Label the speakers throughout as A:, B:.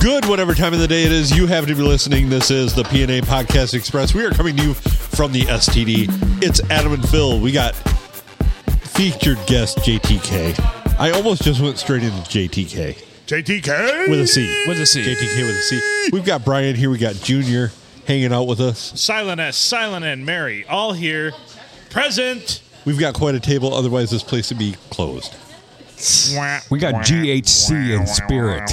A: Good, whatever time of the day it is, you have to be listening. This is the PNA Podcast Express. We are coming to you from the STD. It's Adam and Phil. We got featured guest JTK. I almost just went straight into JTK
B: JTK
A: with a C.
C: With a C.
A: JTK with a C. We've got Brian here. We got Junior hanging out with us.
C: Silent S, Silent and Mary, all here, present.
A: We've got quite a table. Otherwise, this place would be closed.
D: We got GHC in spirit.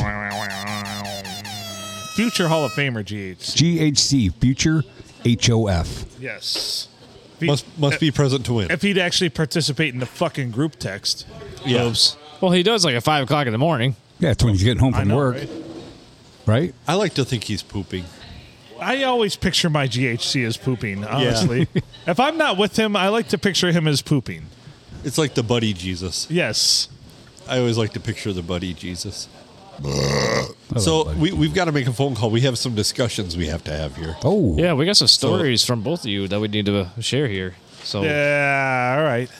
C: Future Hall of Famer GH.
D: GHC, future HOF.
C: Yes. If he-
A: Must must be present to win.
C: If he'd actually participate in the fucking group text.
A: Yes.
E: Well, he does like at five o'clock in the morning.
D: Yeah, that's when he's getting home
C: I
D: from
C: know,
D: work,
C: right?
D: right?
A: I like to think he's pooping.
C: I always picture my GHC as pooping, honestly. if I'm not with him, I like to picture him as pooping.
A: It's like the buddy Jesus.
C: Yes.
A: I always like to picture the buddy Jesus. so we, we've got to make a phone call. We have some discussions we have to have here.
D: Oh,
E: Yeah, we got some stories from both of you that we need to share here.
A: Oh.
E: So
C: Yeah, all right.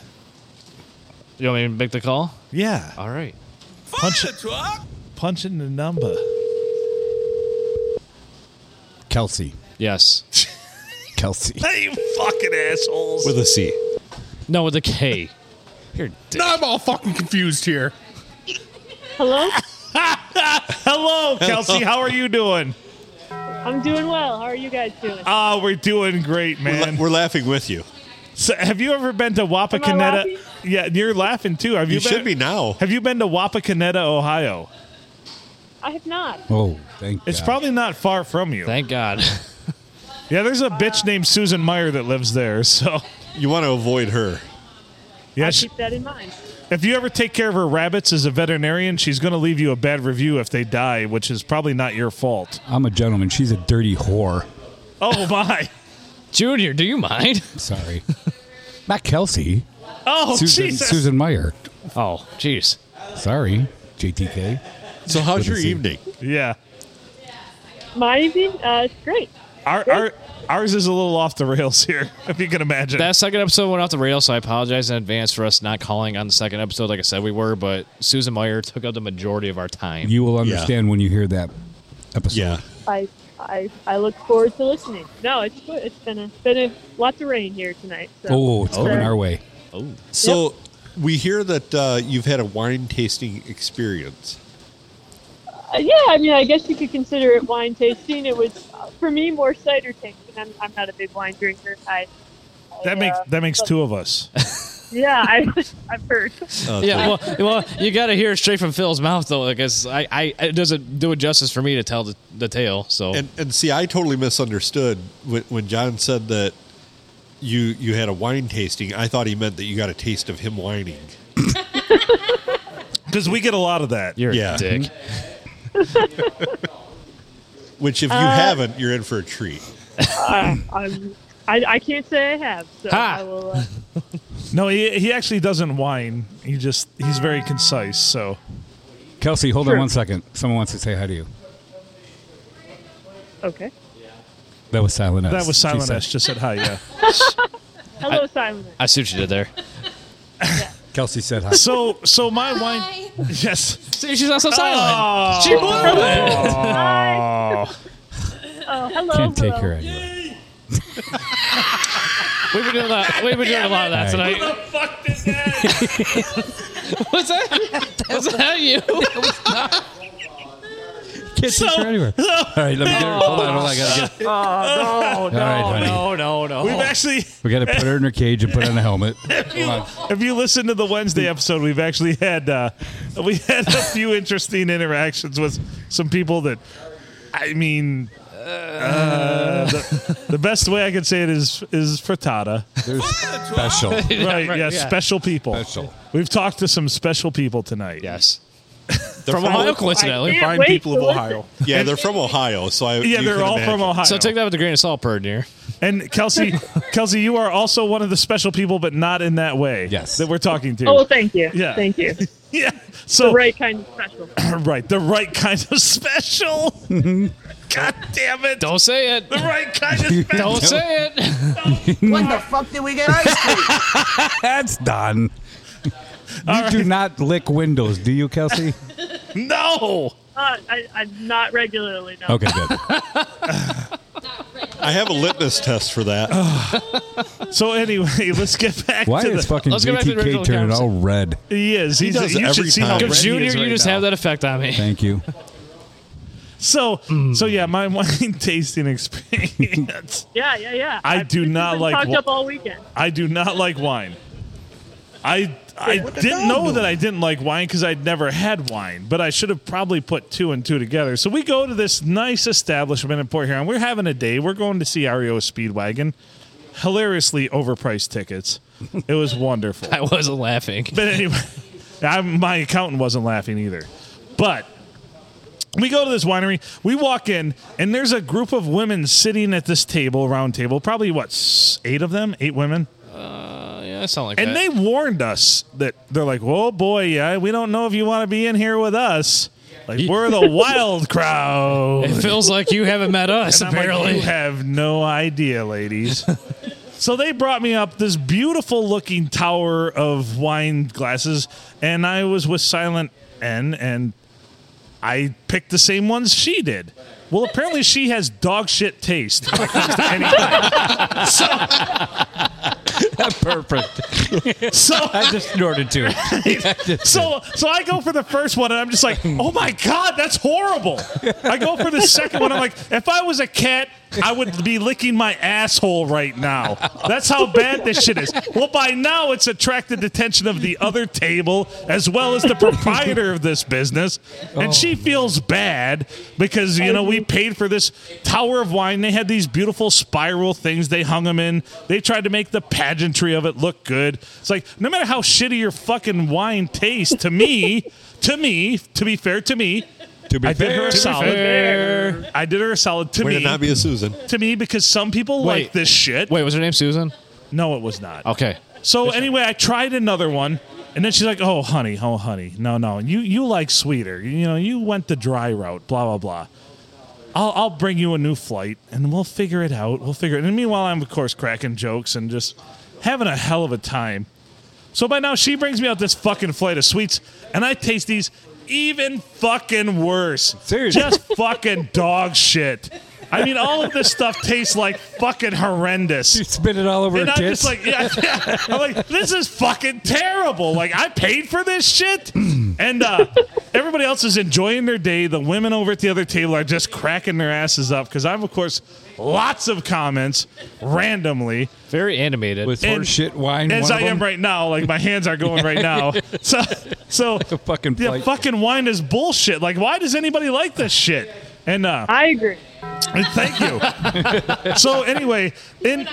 E: you want me to make the call?
C: Yeah.
E: All right.
C: Punch, punch in the number.
D: Kelsey.
E: Yes.
D: Kelsey.
C: Hey, you fucking assholes.
A: With a C.
E: No, with a K. You're dick.
B: I'm all fucking confused here.
F: Hello?
C: Hello, Kelsey. How are you doing?
F: I'm doing well. How are you guys doing?
C: Ah, we're doing great,
A: We're,
C: man.
A: la- we're laughing with you.
C: So, have you ever been to
F: Am I
C: Wapakoneta?
F: laughing?
C: Yeah, you're laughing too. Have you,
A: You
C: been,
A: should be now.
C: Have you been to Wapakoneta, Ohio?
F: I have not.
D: Oh, thank
C: It's
D: God.
C: probably not far from you.
E: Thank God.
C: yeah, there's a bitch named Susan Meyer that lives there. So,
A: You want to avoid her.
C: yeah,
F: I'll
C: she,
F: keep that in mind.
C: if you ever take care of her rabbits as a veterinarian, she's going to leave you a bad review if they die, which is probably not your fault.
D: I'm a gentleman. She's a dirty whore.
C: Oh my!
E: Junior, do you mind?
D: Sorry. Not Kelsey.
C: Oh
D: Susan,
C: Jesus!
D: Susan Meyer.
E: Oh, jeez.
D: Sorry, JTK.
A: So how's
D: With a
A: your
D: C.
A: evening?
C: Yeah,
F: My evening? Uh, it's great.
C: our, our ours is a little off the rails here, if you can imagine.
E: That second episode went off the rails, so I apologize in advance for us not calling on the second episode like I said we were, but Susan Meyer took up the majority of our time.
D: You will understand when you hear that episode.
A: Yeah.
F: I, I, I look forward to listening. No, it's good. It's been a, been a lots of rain here tonight. So.
D: Oh, it's coming
F: Uh,
D: our way.
A: So we hear that uh, you've had a wine tasting experience.
F: uh, yeah, I mean, I guess you could consider it wine tasting. It was uh, for me more cider tasting. I'm, I'm not a big wine drinker. I.
C: that
F: I,
C: makes
F: uh,
C: that makes two of us.
F: Yeah, I, I've heard.
A: Uh,
E: Yeah, well, well, you got to hear it straight from Phil's mouth, though, because I, I, it doesn't do it justice for me to tell the, the tale. So
A: And and see, I totally misunderstood when, when John said that you you had a wine tasting. I thought he meant that you got a taste of him whining.
C: Because we get a lot of that.
E: you're
A: Yeah.
E: a dick.
A: Which, if you
E: Uh,
A: haven't, you're in for a treat.
F: I'm, Um, I, I can't say I have. So
E: Ha!
F: I will. Uh,
C: No, he, he actually doesn't whine. He just he's very concise. So
D: Kelsey, hold
F: Sure.
D: on one second. Someone wants to say hi to you.
F: okay.
D: That was Silent S.
C: that was
D: She
C: Silent
D: said-
C: S. Just said hi. Yeah.
F: Hello, Simon.
E: I see what you did there.
D: Kelsey said hi.
C: So so my wine. Yes.
E: See, she's not so
C: Oh.
E: silent. She blew it.
F: Oh, hello.
D: Can't take
F: hello.
D: her anyway.
E: We've been doing that. We've been doing a lot of that
D: All
E: tonight. What's that? Was that you?
D: Can't take her anywhere. All right, let me get her. Hold on, hold on. I gotta get.
E: Oh no,
D: right, honey.
E: no, no, no.
C: We've actually,
D: We gotta put her in her cage and put on a helmet. Hold on.
C: if you listen to the Wednesday episode, we've actually had uh, we had a few interesting interactions with some people that, I mean, uh, the, the best way I can say it is is frittata.
D: There's special.
C: Right?
E: right,
C: yeah,
E: yeah.
C: Special people.
D: Special.
C: We've talked to some special people tonight.
E: yes. From Ohio, coincidentally.
F: Can't
B: Fine
F: wait
B: people of
F: to listen.
B: Ohio.
A: Yeah, they're from Ohio, so I
C: Yeah,
A: you
C: they're
A: can
C: all
A: imagine.
C: from Ohio.
E: So take that with a grain of salt, bird dear.
C: And Kelsey, Kelsey, you are also one of the special people, but not in that way.
D: Yes.
C: that we're talking to.
F: Oh, thank you.
C: Yeah.
F: Thank you.
C: yeah. So right.
F: Right kind of special. Uh,
C: the right kind of special. God damn it!
E: Don't say it.
C: The right kind of special.
E: Don't say it.
G: When the fuck did we get ice cream?
D: That's done. You do not lick windows, do you, Kelsey?
C: no.
F: Not, I, I'm not regularly. No.
D: Okay, good.
A: I have a litmus test for that.
C: So anyway, let's get back
D: Why
C: to
D: is
C: the.
D: fucking
E: Let's go back to the
D: JTK
E: original
D: turning all red?
C: He is. He's,
A: does
C: you
A: every
C: should see
A: time.
C: how
A: Good
C: red he
E: Junior,
C: is
E: you
C: right
E: just
C: now.
E: have that effect on me.
D: Thank you.
C: So,
E: Mm.
C: so yeah, my wine tasting experience.
F: Yeah, yeah, yeah.
C: I
F: I've-
C: do
F: this has
C: not
F: been
C: like
F: talked
C: wa-
F: up all weekend.
C: I do not like wine. I I
B: what the
C: didn't
B: dog
C: know that
B: doing?
C: I didn't like wine because I'd never had wine, but I should have probably put two and two together. So we go to this nice establishment in Port Huron. We're having a day. We're going to see REO Speedwagon. Hilariously overpriced tickets. It was wonderful.
E: I wasn't laughing.
C: But anyway, I, my accountant wasn't laughing either. But we go to this winery. We walk in, and there's a group of women sitting at this table, round table. Probably what s- eight of them, eight women,
E: Yeah, I sound like
C: and
E: that.
C: they warned us that they're like, "Whoa, boy, yeah, we don't know if you want to be in here with us. Like we're the wild crowd."
E: it feels like you haven't met us,
C: And I'm like,
E: apparently.
C: you have no idea, ladies. so they brought me up this beautiful looking tower of wine glasses, and I was with Silent N, and I picked the same ones she did. Well, apparently she has dog shit taste. when it comes to anything.
D: Perfect.
C: so
D: I just snorted too.
C: So so I go for the first one and I'm just like, oh my god, that's horrible. I go for the second one. I'm like, if I was a cat, I would be licking my asshole right now. That's how bad this shit is. Well, by now it's attracted the attention of the other table as well as the proprietor of this business, and
E: Oh.
C: she feels bad because you know we paid for this tower of wine. They had these beautiful spiral things. They hung them in. They tried to make the pageantry of it look good. It's like no matter how shitty your fucking wine tastes, to me, to me, to be fair, to me,
D: to be
C: I did her
D: fair,
C: a solid. I did her a solid to
A: Way to
C: me,
A: not be a Susan.
C: to me, because some people
E: Wait.
C: like this shit.
E: Wait, was her name Susan?
C: No, it was not.
E: Okay.
C: So anyway, I tried another one, and then she's like, "Oh, honey, oh, honey, no, no, you you like sweeter. You know, you went the dry route. Blah blah blah. I'll I'll bring you a new flight, and we'll figure it out. We'll figure it." And meanwhile, I'm of course cracking jokes and just having a hell of a time. So by now, she brings me out this fucking flight of sweets, and I taste these even fucking worse.
D: Seriously.
C: just fucking dog shit. I mean, all of this stuff tastes like fucking horrendous
D: You spit it all over
C: and
D: her
C: I'm just
D: tits.
C: like, yeah, yeah. I'm like, this is fucking terrible. Like, I paid for this shit, and uh, everybody else is enjoying their day. The women over at the other table are just cracking their asses up because I've, of course, lots of comments randomly
E: Very animated.
D: with
C: and-
D: horse shit wine.
C: as
D: one of
C: I am
D: them.
C: right now. Like my hands are going right now. So, so
D: a fucking
C: yeah,
D: flight.
C: fucking wine is bullshit. Like, why does anybody like this shit? And uh,
F: I agree.
C: and Thank you. so anyway, and,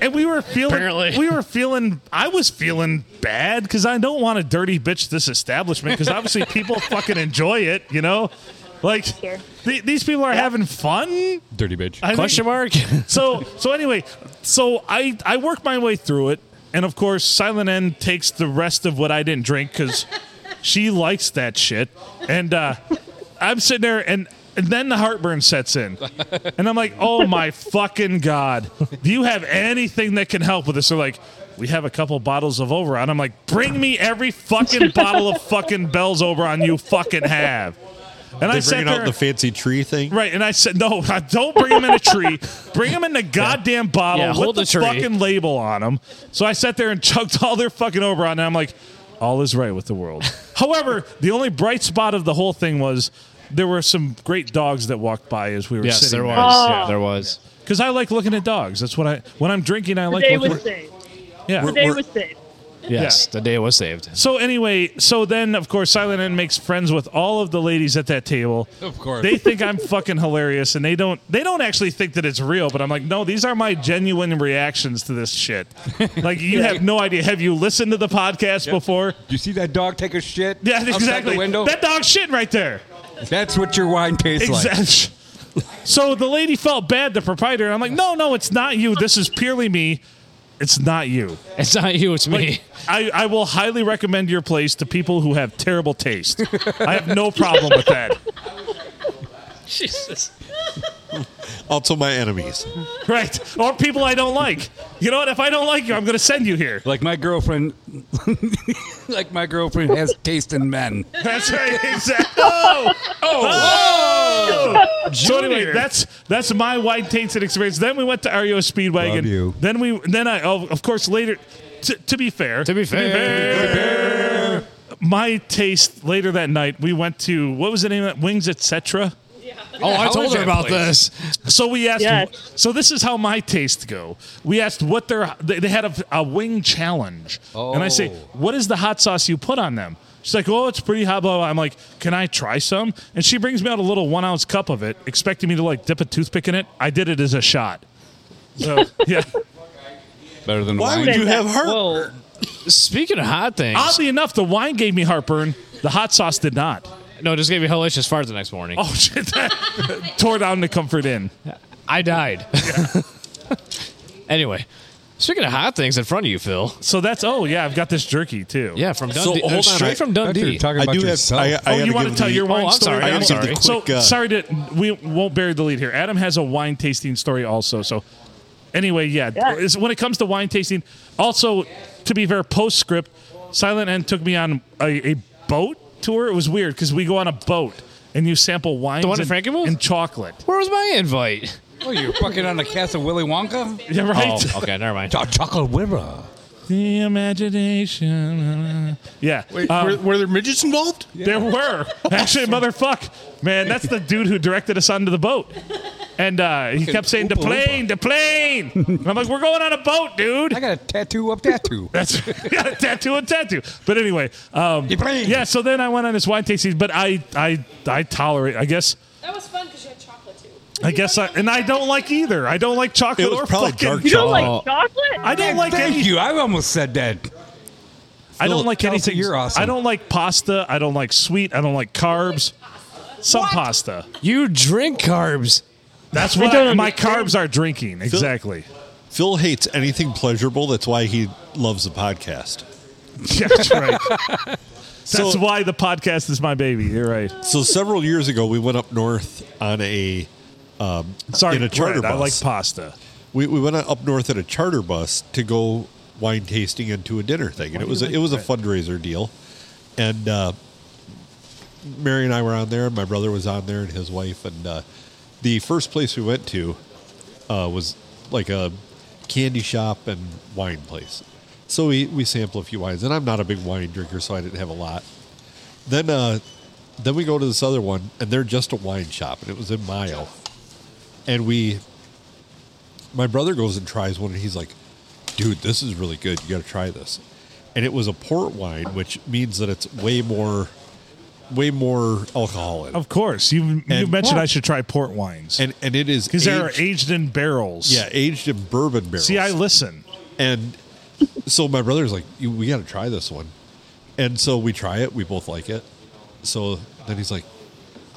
C: and we were feeling
E: Apparently.
C: we were feeling I was feeling bad because I don't want to dirty bitch this establishment because obviously people fucking enjoy it, you know. Like
F: Sure.
C: th- these people are having fun.
D: Dirty bitch.
C: I think-
E: Question mark?
C: so so anyway, so I I work my way through it, and of course, Silent N takes the rest of what I didn't drink because she likes that shit, and uh, I'm sitting there and. And then the heartburn sets in. And I'm like, oh my fucking God. Do you have anything that can help with this? They're like, we have a couple bottles of Oberon. I'm like, bring me every fucking bottle of fucking Bell's Oberon you fucking have. And I
A: They
C: sat
A: bringing out
C: there-
A: the fancy tree thing.
C: Right, and I said, no, don't bring them in a tree. Bring them in the goddamn bottle
E: Yeah,
C: with
E: hold
C: the,
E: the tree."
C: fucking label on them. So I sat there and chugged all their fucking Oberon, and I'm like, all is right with the world. However, the only bright spot of the whole thing was there were some great dogs that walked by as we were
E: yes,
C: sitting
E: there was.
F: Oh.
E: Yeah, there was.
C: Because I like looking at dogs. That's what I when I'm drinking. I like
F: Today
C: looking.
F: was safe.
C: yeah.
A: We're-
F: Today
A: we're-
F: was safe.
E: Yes, the day was saved.
C: So anyway, so then of course Silent N makes friends with all of the ladies at that table.
D: Of course.
C: They think I'm fucking hilarious and they don't they don't actually think that it's real, but I'm like, "No, these are my genuine reactions to this shit." like you have no idea. Have you listened to the podcast before?
D: you see that dog take a shit?
C: Yeah,
D: outside
C: exactly.
D: The window?
C: That dog shit right there.
D: That's what your wine tastes like.
C: Exactly. so the lady felt bad, the proprietor. and I'm like, "No, no, it's not you. This is purely me. It's not you."
E: It's not you, it's me.
C: Like, I, I will highly recommend your place to people who have terrible taste. I have no problem with that.
E: Jesus.
A: Also, my enemies.
C: Right. Or people I don't like. You know what? If I don't like you, I'm going to send you here.
D: Like my girlfriend like my girlfriend has taste in men.
C: That's right. Exactly. Oh, oh. So anyway,
B: Junior.
C: that's that's my wide tasted experience. Then we went to REO Speedwagon.
D: Love you.
C: Then we then I oh, of course later. T- to be fair,
E: To be fair.
C: my taste later that night. We went to what was the name of that? Wings Etc.
E: Oh, I
D: How
E: told
D: is
E: her
D: that
E: about
D: place?
E: this.
C: So we asked.
F: Yes.
C: So this is how my taste go. We asked what their they, they had a, a wing challenge, and I say,
D: Oh.
C: what is the hot sauce you put on them? She's like, oh, it's pretty hot. Blah, blah. I'm like, can I try some? And she brings me out a little one ounce cup of it, expecting me to like dip a toothpick in it. I did it as a shot. So yeah.
D: Better than
A: Why
D: wine.
A: would you have her?
E: Well, speaking of hot things,
C: Oddly enough, the wine gave me heartburn. The hot sauce did not.
E: no, it just gave me hellacious fart the next morning.
C: Oh shit! That tore down the comfort inn.
E: I died. anyway, speaking of hot things in front of you, Phil.
C: So that's oh yeah, I've got this jerky too.
E: Yeah, from
A: So,
E: Dundee.
A: hold on,
E: straight
A: I-
E: from
D: I thought you were
E: Dundee.
D: talking
A: I
D: about
A: do have.
D: yourself.
A: I, I
C: Oh,
A: gotta
C: you want to
A: give
C: tell
A: the-
C: your wine
E: Oh, I'm
C: story?
E: sorry, I'm
C: Adam?
E: sorry.
C: So
A: Quick, uh,
C: sorry to we won't bury the lead here. Adam has a wine tasting story also. So anyway, yeah,
F: Yeah.
C: it's- when it comes to wine tasting, also to be very postscript, Silent End took me on a, a boat tour. It was weird because we go on a boat and you sample wines
E: one in
C: and,
E: Frankenmuth?
C: and chocolate.
E: Where was my invite?
D: Oh, you're fucking on the cast of Willy Wonka?
C: Yeah, right.
E: Oh, okay, never mind.
D: Cho- Chocolate Wira.
C: The imagination. Yeah.
B: Wait,
C: um,
B: were, were there midgets involved?
C: There were actually, motherfuck, man. That's the dude who directed us onto the boat, and uh, he kept saying the
D: Oompa
C: plane, the plane. And I'm like, we're going on a boat, dude.
D: I got a tattoo of tattoo.
C: That's yeah, tattoo and tattoo. But anyway, um,
D: The plane.
C: yeah. So then I went on this wine tasting, but I, I, I tolerate. I guess,
H: That was fun because you had chocolate too.
C: I guess, I, and I don't like either. I don't like chocolate
A: It was
C: or
A: probably
C: fucking-
A: dark
F: You don't
A: Oh.
E: Uh,
F: like chocolate?
C: I don't like
D: Thank
C: any.
D: you. I almost said that.
C: I don't
D: Philip,
C: like
D: Chelsea,
C: anything.
D: you're awesome.
C: I don't like pasta. I don't like sweet. I don't like carbs. Some pasta.
E: You drink carbs.
C: That's
F: I
C: why
F: don't
C: my
F: understand.
C: carbs are drinking. Exactly.
A: Phil hates anything pleasurable. That's why he loves the podcast.
C: Yeah, that's right.
A: So-
C: that's why the podcast is my baby. You're right.
A: So several years ago, we went up north on a um,
C: Sorry,
A: in a charter
C: bread. I like
A: bus.
C: pasta.
A: we, we went up north in a charter bus to go wine tasting and to a dinner thing, and it was a, it was a fundraiser deal, and uh, Mary and I were on there, and my brother was on there, and his wife, and uh, the first place we went to uh, was like a candy shop and wine place, so we we sample a few wines, and I'm not a big wine drinker, so I didn't have a lot. Then uh, then we go to this other one, and they're just a wine shop, and it was in Mayo, and we my brother goes and tries one and he's like dude this is really good you gotta try this and it was a port wine which means that it's way more way more alcohol in it.
C: Of course, you you
A: And-
C: mentioned I should try port wines
A: and and it is
C: because they are
A: aged-
C: aged in barrels.
A: yeah aged in bourbon barrels
C: See, I listen.
A: and so my brother's like "You- we gotta try this one and so we try it we both like it so then he's like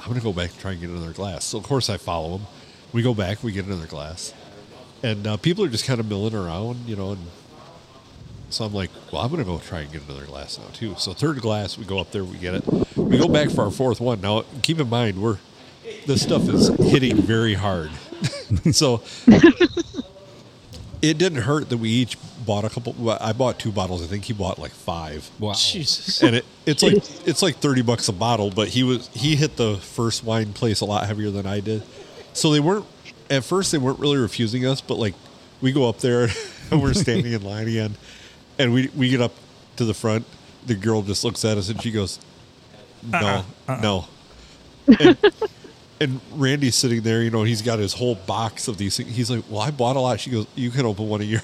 A: i'm gonna go back and try and get another glass so of course i follow him we go back we get another glass and uh, people are just kind of milling around you know and so i'm like well i'm gonna go try and get another glass now too so third glass we go up there we get it we go back for our fourth one now keep in mind we're this stuff is hitting very hard so it didn't hurt that we each bought a couple well, i bought two bottles i think he bought like five
D: Wow.
E: Jesus.
A: and it, it's like it's like 30 bucks a bottle but he was he hit the first wine place a lot heavier than i did so they weren't at first they weren't really refusing us but like we go up there and we're standing in line again and we we get up to the front the girl just looks at us and she goes no no and, and randy's sitting there you know he's got his whole box of these things he's like well i bought a lot she goes you can open one of yours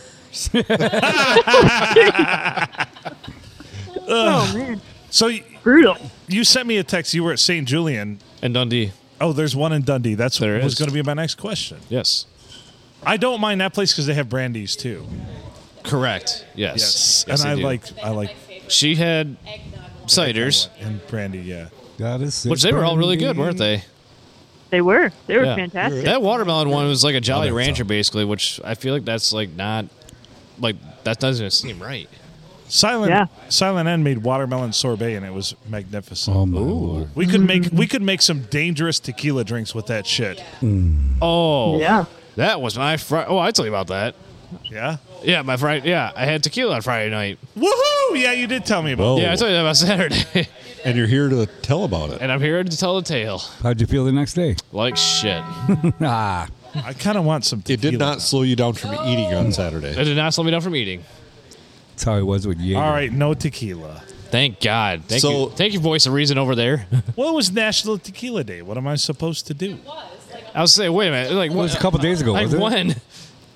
F: Oh man,
C: So y-
F: brutal.
C: you sent me a text. You were at St. Julian.
E: And Dundee.
C: Oh, there's one in Dundee. That's
E: There
C: was
E: is.
C: going to be my next question.
E: Yes.
C: I don't mind that place because they have brandies too.
E: Correct. Yes. Yes,
C: and
E: they
C: I
E: do.
C: like I like
E: She had
H: eggnog. one.
E: ciders,
C: and brandy. Yeah.
D: That is
E: which they were all really good, weren't they?
F: They were. They were
E: Yeah.
F: fantastic.
E: That watermelon one was like a Jolly
D: Oh, that's
E: Rancher,
D: up.
E: basically, which I feel like that's like not like that doesn't seem right.
C: Silent
F: Yeah.
C: Silent N made watermelon sorbet and it was magnificent.
D: Oh, my Lord.
C: We could make we could make some dangerous tequila drinks with that shit.
E: Oh,
F: Yeah.
E: that was my fr- oh, I tell you about that.
C: Yeah.
E: Yeah, my Friday. Yeah, I had tequila on Friday night.
C: Woohoo! Yeah, you did tell me about.
A: Well,
E: Yeah, I told you that about Saturday,
A: and you're here to tell about it.
E: and I'm here to tell the tale.
D: How'd you feel the next day?
E: Like shit,
D: Ah,
C: it. I kind of want some.
A: It did
C: tequila.
A: not slow you down from eating on Saturday.
E: it did not slow me down from eating.
D: that's how it was with Jaeger.
C: All right, no tequila.
E: Thank God. Thank
A: So-
E: you. Thank you, voice of reason over there.
C: Well, it was National Tequila Day. What am I supposed to do?
E: I was saying, wait a minute, like
D: It was a couple days ago,
E: Like
D: wasn't it?
E: when?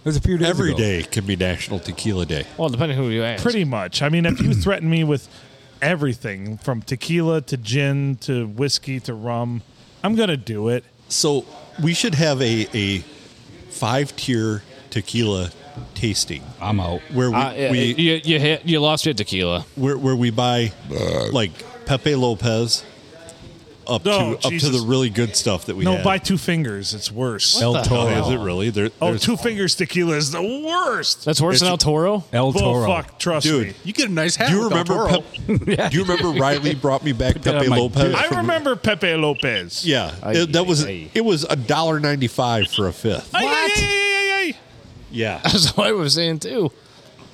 D: It was a few days
A: Every
D: ago.
A: day can be National Tequila Day.
E: Well, depending who you ask.
C: Pretty much. I mean, if you threaten me with everything from tequila to gin to whiskey to rum, I'm gonna do it.
A: So we should have a, a five tier tequila tasting
D: I'm out.
A: where we,
E: Uh, yeah,
A: we
E: you you, hit, you lost your tequila.
A: where, where we buy like Pepe Lopez up
C: No,
A: to
C: Jesus.
A: up to the really good stuff that we
C: No,
A: had.
C: buy two fingers. It's worse.
A: El Toro. Is it really? There,
C: Oh,
A: there's-
C: two fingers tequila is the worst.
E: That's worse
A: It's-
E: than El Toro.
D: El
C: Bull
D: Toro.
C: fuck, trust me.
A: dude.
B: You get a nice hat.
A: Do you
B: with El
A: remember?
B: Toro.
A: Pep- do you remember Riley brought me back
D: that
A: Pepe
D: on my
A: Lopez?
D: dick.
C: I
A: from-
C: remember Pepe Lopez.
A: Yeah,
E: Aye,
A: it- that was
E: aye, aye.
A: it was a dollar ninety five for a fifth.
C: Ay, ay, ay, ay,
A: Yeah,
E: That's what I was saying too.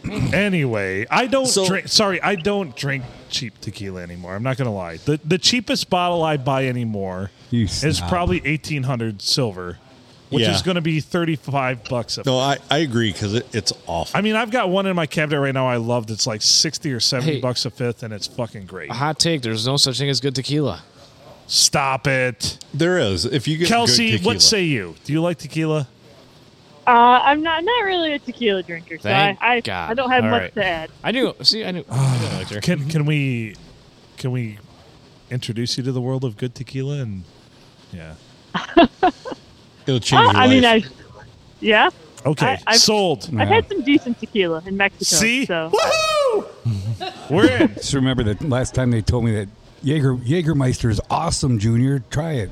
C: ay, ay. Anyway, I don't
A: So-
C: drink. Sorry, I don't drink cheap tequila anymore. I'm not gonna lie. The the cheapest bottle I buy anymore
D: You
C: is
D: snob.
C: probably 1800 silver, which
A: Yeah.
C: is going to be 35 bucks a
A: no, I I agree because it, it's awful.
C: I mean, I've got one in my cabinet right now I love that's like 60 or 70
E: Hey.
C: bucks a fifth, and it's fucking great.
E: Hot take: There's no such thing as good tequila.
C: Stop it.
A: there is if you get
C: Kelsey,
A: good tequila.
C: what say you? Do you like tequila?
F: Uh, I'm not not really a tequila drinker, so I,
E: Thank
F: I,
E: God.
F: I don't have
E: All
F: much
E: right.
F: to add.
E: I knew. See, I knew. I knew I liked her.
C: Can can we can we introduce you to the world of good tequila and yeah.
A: It'll change your
F: Oh, I mean,
A: life.
F: I yeah,
C: Okay,
F: I- I've-
C: sold.
F: I've had some decent tequila in Mexico.
C: See?
F: so
C: Woohoo! We're in.
D: Just remember that last time they told me that Jaeger Jaegermeister is awesome, Junior. Try it.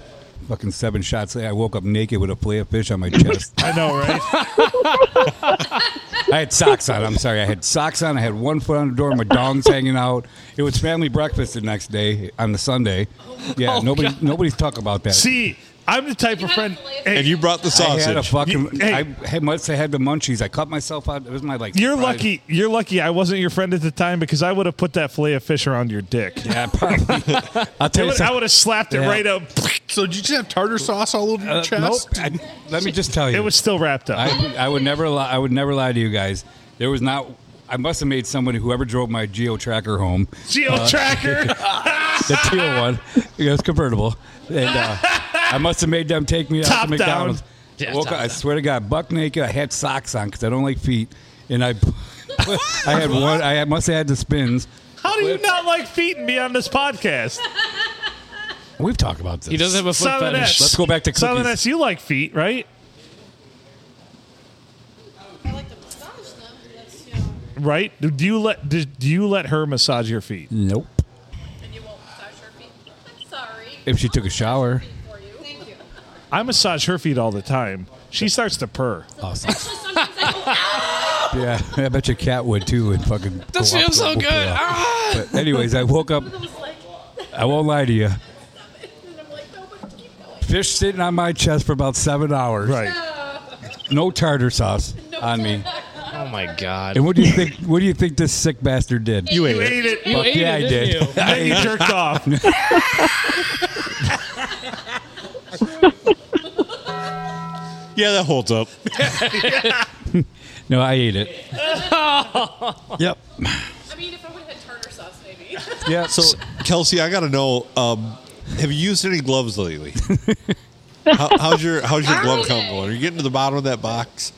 D: Fucking seven shots. I woke up naked with a fillet of fish on my chest.
C: I know, right?
D: I had socks on. I'm sorry. I had socks on. I had one foot on the door. My dong's hanging out. It was family breakfast the next day on the Sunday. Yeah,
C: Oh,
D: nobody nobody's talking about that.
C: See, I'm the type of friend.
A: and you brought the
D: I had a
A: sausage.
D: fucking.
C: You- hey.
D: I had, must have had the munchies. I cut myself out. It was my like.
C: You're
D: surprise-
C: lucky. You're lucky. I wasn't your friend at the time because I would have put that fillet of fish around your dick.
D: Yeah, probably. I'll
C: I
D: tell you
C: would, I
D: something.
C: would have slapped it
D: Yeah.
C: right up.
B: So did you just have tartar sauce all over your
D: Uh, nope.
B: chest?
D: I- let me just tell you.
C: It was still wrapped up.
D: I, I would never lie. I would never lie to you guys. There was not. I must have made somebody whoever drove my Geo Tracker home,
C: Geo tracker.
D: the teal one. It was convertible, and uh, I must have made them take me out
C: Top
D: to
C: down.
D: McDonald's.
E: Yeah,
D: I woke
E: top
D: up- I swear to God, buck naked. I had socks on because I don't like feet, and I, I had one. I had- must have had the spins.
C: How do you not like feet and be on this podcast?
D: We've talked about this.
E: He does have a foot
C: Silent
E: fetish.
C: S.
D: Let's go back to
C: Silent
D: cookies.
C: S, you like feet, right?
H: I like to massage them. That's, you know,
C: Right? Do do you let do do you let her massage your feet?
D: Nope.
H: and you won't massage her feet. I'm sorry.
D: If she took a shower.
H: For you. Thank you.
C: I massage her feet all the time. She starts to purr.
D: Awesome.
H: Sometimes I go,
D: Yeah, I bet your cat would too. And fucking.
E: That
D: go up
E: feels
D: to
E: so
D: whoop
E: good.
D: it up.
E: Ah!
D: But anyways, I woke up.
H: I was like,
D: I won't lie to you.
H: and I'm like, no, but keep going.
D: Fish sitting on my chest for about seven hours. No tartar sauce on me.
E: Oh my God.
D: And what do you think? What do you think this sick bastard did?
A: You ate
C: You
A: it.
C: ate it.
E: You
D: Fuck
E: ate
D: yeah,
E: it,
D: I
E: didn't
D: did.
E: you?
C: Then you jerked off.
A: Yeah, that holds up.
D: No, I ate it. yep.
H: I mean, if I would have had tartar sauce, maybe.
D: Yeah.
A: So, Kelsey, I got to know: um, Have you used any gloves lately? How, how's your How's your glove count going? Are you getting to the bottom of that box?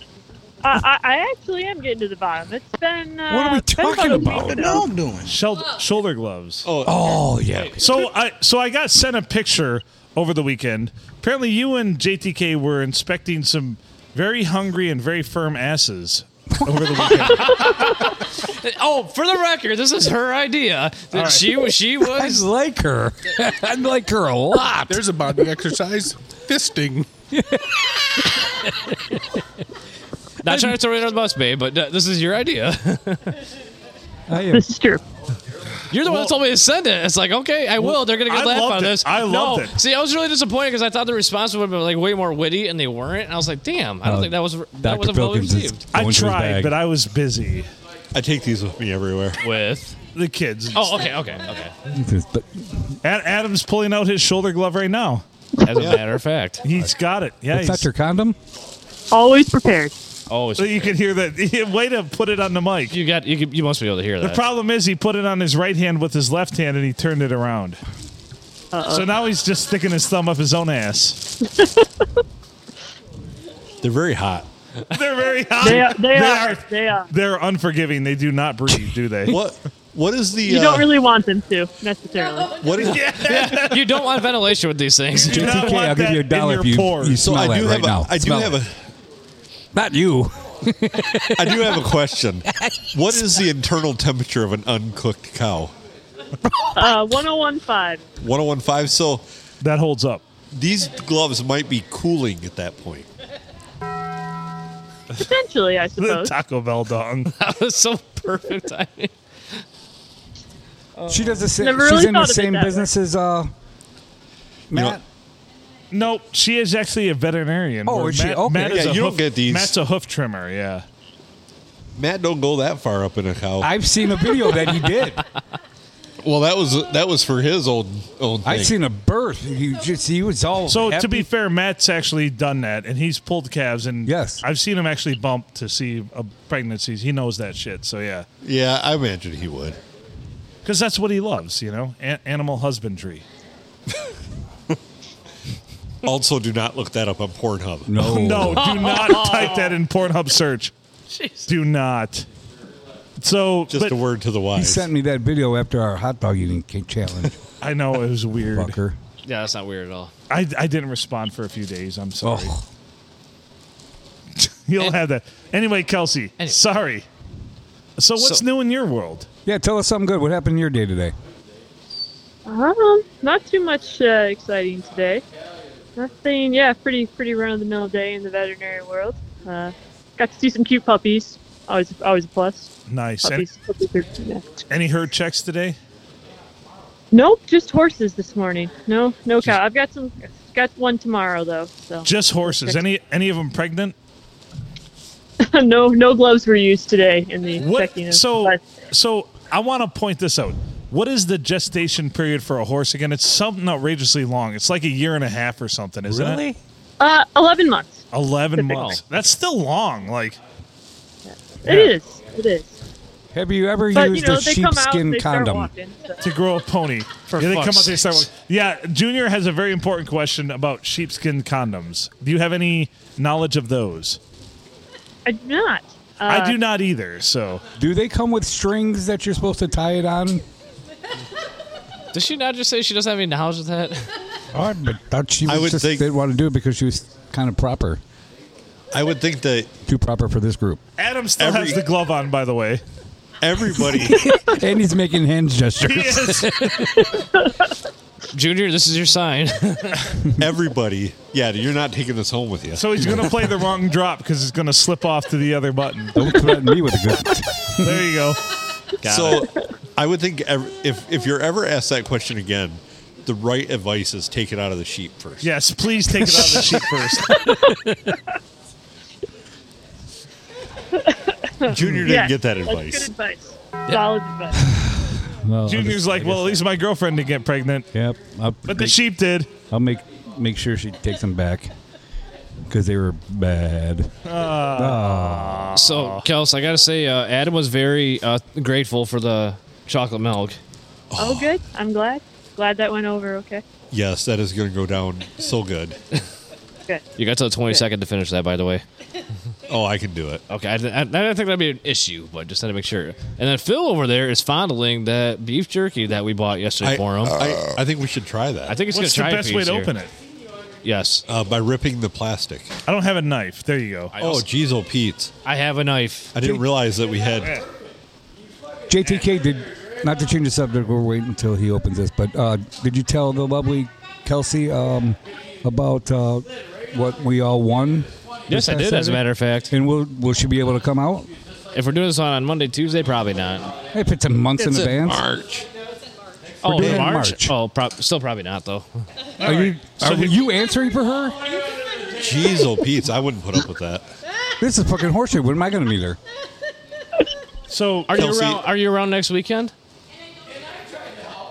F: I, I, I actually am getting to the bottom. It's been uh,
D: What are we
F: been
D: talking
F: a week
D: about?
F: ago.
B: No, I'm doing.
C: Shoulder, shoulder gloves.
D: oh yeah.
C: So I so I got sent a picture over the weekend. Apparently, you and JTK were inspecting some very hungry and very firm asses over the weekend.
E: Oh, for the record, this is her idea. That she was. She
D: I
E: was.
D: like her. I like her a lot.
B: There's a body exercise. Fisting.
E: Not trying to throw you under the bus, babe, but uh, this is your idea.
D: I am.
F: This is true.
E: You're the one
C: Well-
E: that told me to send it. It's like, okay, I will. They're gonna get
C: I
E: laugh
C: loved
E: out of
C: it.
E: this.
C: I
E: no.
C: loved it.
E: See, I was really disappointed because I thought the response would have been like way more witty, and they weren't. And I was like, damn, I don't
D: Oh,
E: think that was that
D: Dr.
E: wasn't well
D: Pilkins is-
E: received.
C: I
D: Going to his
C: tried,
D: bag.
C: but I was busy.
A: I take these with me everywhere.
E: With
C: The kids. and
E: oh, okay, okay, okay.
D: But
C: Ad- Adam's pulling out his shoulder glove right now.
E: As a matter of fact,
C: He's got it. Yeah,
D: Uh, it's not
C: he's,
D: your condom.
F: Always prepared.
E: oh, it's-
C: so you could hear that. Way to put it on the mic.
E: you got you, could- you must be able to hear
C: The
E: that.
C: problem is he put it on his right hand with his left hand and he turned it around.
F: Uh-uh.
C: So now he's just sticking his thumb up his own ass.
A: They're very hot.
C: They're very hot.
F: They are. They
C: They
F: are.
C: are-
F: They are.
C: They're unforgiving. They do not breathe, do they?
A: What what is the
F: You don't
A: uh,
F: really want them to necessarily.
A: what is
E: you don't want ventilation with these things.
C: Do not
D: JTK,
C: want
D: I'll give
C: that
D: you a
C: in
D: dollar
C: your
D: if you,
C: pores.
D: you
A: so
D: smell
A: I do
D: that
A: have
D: right
A: a I
D: now.
A: do
D: Smell
A: have
D: it.
A: a
D: Not you.
A: I do have a question. What is the internal temperature of an uncooked cow?
F: Uh, 1015.
A: 1015. So
C: That holds up.
A: these gloves might be cooling at that point.
F: Potentially, I
C: The
F: suppose.
C: Taco Bell dong.
E: That was so perfect timing.
D: She does the same.
F: Never
D: she's
F: really
D: in the
F: thought of it
D: same
F: that way.
D: business as uh, Matt.
C: Nope, she is actually a veterinarian.
D: Oh,
C: where
D: is she?
C: Matt,
D: Okay.
C: Matt is
A: Yeah,
C: a
A: you don't
C: hoof,
A: get these.
C: Matt's a hoof trimmer. Yeah.
A: Matt don't go that far up in a cow.
D: I've seen a video that he did.
A: well, that was that was for his old old thing.
D: I've seen a birth. He just he was all
C: So
D: happy.
C: to be fair, Matt's actually done that, and he's pulled calves, and
D: Yes.
C: I've seen him actually bump to see uh, pregnancies. He knows that shit. So yeah,
A: yeah, I imagine he would.
C: because that's what he loves, you know, a- animal husbandry.
A: Also, do not look that up on Pornhub.
D: no
C: No, do not type that in Pornhub search. Do not. So
A: Just
C: but
A: a word to the
D: He
A: wise.
D: sent me that video after our hot dog eating cake challenge.
C: I know it was weird.
D: Fucker.
E: Yeah, that's not weird at all.
C: I, I didn't respond for a few days. I'm sorry.
D: Oh,
C: You'll have that. Anyway, Kelsey,
E: Anyway.
C: sorry. So what's
E: So-
C: new in your world?
D: yeah. Tell us something good. What happened in your day today?
F: Um, not too much uh, exciting today. Nothing. Yeah, pretty pretty run of the mill day in the veterinary world. Uh, got to see some cute puppies. Always always a plus.
C: Nice. Any,
F: Puppies. puppies are, yeah.
C: any herd checks today?
F: Nope, just horses this morning. No no cow. I've got some. Got one tomorrow though. So
C: Just horses. Any any of them pregnant?
F: no no gloves were used today in the
C: What?
F: checking. Of
C: So
F: but
C: so I want to point this out. What is the gestation period for a horse again? It's something outrageously long. It's like a year and a half or something, isn't it?
F: uh, eleven months.
C: Eleven
F: Typically.
C: months. That's still long. Like
F: It
C: Yeah.
F: is. It is.
D: Have you ever
F: But
D: used
F: you know
D: a
F: they come out.
D: sheepskin
F: They start
D: condom?
F: walking. So.
C: to grow a pony. yeah, they
E: fuck's
C: come out, they start
E: sakes.
C: with- yeah, Junior has a very important question about sheepskin condoms. Do you have any knowledge of those?
F: I do not. Uh,
C: I do not either. So
D: Do they come with strings that you're supposed to tie it on?
E: Did she not just say she doesn't have any knowledge of that?
D: Oh, but thought she
A: I
D: was
A: would
D: just
A: think-
D: didn't want to do it because she was kind of proper,
A: I would think that
D: too proper for this group,
C: Adam still
A: Every-
C: has the glove on, by the way.
A: everybody
D: and he's making hand gestures.
C: Yes.
E: Junior, this is your sign.
A: everybody yeah, you're not taking this home with you.
C: so he's gonna play the wrong drop because it's gonna slip off to the other button.
D: Don't threaten me with a good.
C: There you go.
A: so I would think ev- if if you're ever asked that question again, the right advice is take it out of the sheep first.
C: Yes, please take it out of the sheep first.
A: Junior didn't
F: yes,
A: get that
F: that's
A: advice.
F: Good advice. Solid advice.
D: Well,
C: Junior's like, well, at least my girlfriend didn't get pregnant,
D: Yep. I'll,
C: but the
D: make,
C: sheep did.
D: I'll make make sure she takes them back because they were bad.
E: so, Kels, I gotta say, uh, Adam was very uh, grateful for the chocolate milk.
F: Oh, good. I'm glad. Glad that went over. Okay.
A: Yes, that is going to go down so good.
F: Good.
E: You got to the 22nd to finish that, by the way.
A: Oh, I can do it.
E: Okay, I, I, I don't think that'd be an issue, but just had to make sure. And then Phil over there is fondling that beef jerky that we bought yesterday
A: I, uh,
E: for him.
A: I, I think we should try that
E: I think it's
C: What's the
E: gonna try
C: best way to open it?
E: Yes,
A: uh, by ripping the plastic.
C: I don't have a knife. There you go.
E: I
A: Oh,
E: also-
A: geez, oh, Pete.
E: I have a knife.
A: I didn't realize that we had.
D: JTK did not to change the subject. We'll wait until he opens this. But uh, did you tell the lovely Kelsey um, about uh, what we all won?
E: Yes, I did. As a matter of fact,
D: And will will she be able to come out?
E: if we're doing this on, on Monday, Tuesday, probably not.
D: If it's a month in advance,
A: March.
E: Oh,
D: doing it in
E: March?
D: March.
E: Oh, prob- still probably not though.
D: Are you are you answering for her?
A: Jeez, oh, Pete's. I wouldn't put up with that.
D: This is fucking horseshit. When am I going to meet her?
C: So
E: Are you
A: Kelsey-
E: around? Are you around next weekend?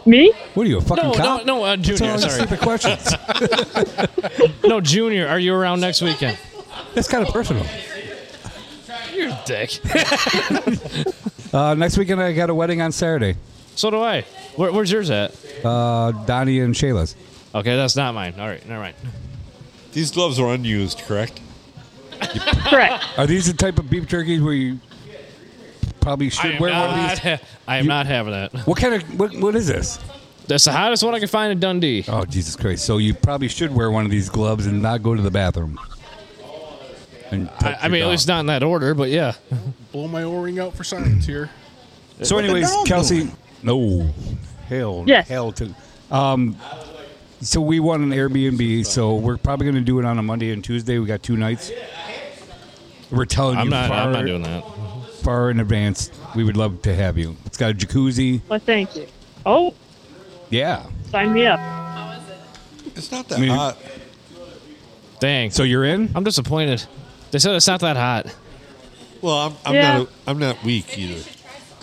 F: Me?
D: What are you, a fucking
E: No,
D: cop?
E: no, no, uh,
D: That's all
E: junior.
D: these
E: Sorry,
D: stupid questions.
E: no, junior. Are you around next weekend?
D: That's kind of personal.
E: You're a dick.
D: Uh, next weekend, I got a wedding on Saturday.
E: so do I. Where, where's yours at?
D: Uh, Donnie and Shayla's.
E: Okay, that's not mine. All right, never mind.
A: These gloves are unused, correct?
F: Correct.
D: Are these the type of beef jerkies where you probably
E: I
D: should
E: am,
D: wear one of
E: not,
D: these?
E: I am not having that.
D: What kind of what, what is this?
E: That's the hottest one I can find in Dundee.
D: Oh Jesus Christ! So you probably should wear one of these gloves and not go to the bathroom. And touch
E: I, I
D: your
E: mean, at
D: dog.
E: least not in that order, but yeah.
B: Blow my O-ring out for science here.
D: So, anyways,
B: dog
D: Kelsey. No. Hell.
F: Yes.
D: Hell to. Um. So we want an Airbnb. So we're probably going to do it on a Monday and Tuesday. We got two nights. We're telling
E: I'm
D: you
E: not.
D: far,
E: I'm not doing that.
D: far in advance. We would love to have you. It's got a jacuzzi.
F: Well, thank you. Oh,
D: Yeah.
F: sign me up.
A: It's not that
D: I mean-
A: hot.
E: Dang.
D: So you're in.
E: I'm disappointed. They said it's not that hot.
A: Well, I'm, I'm
F: Yeah.
A: not. A, I'm not weak either.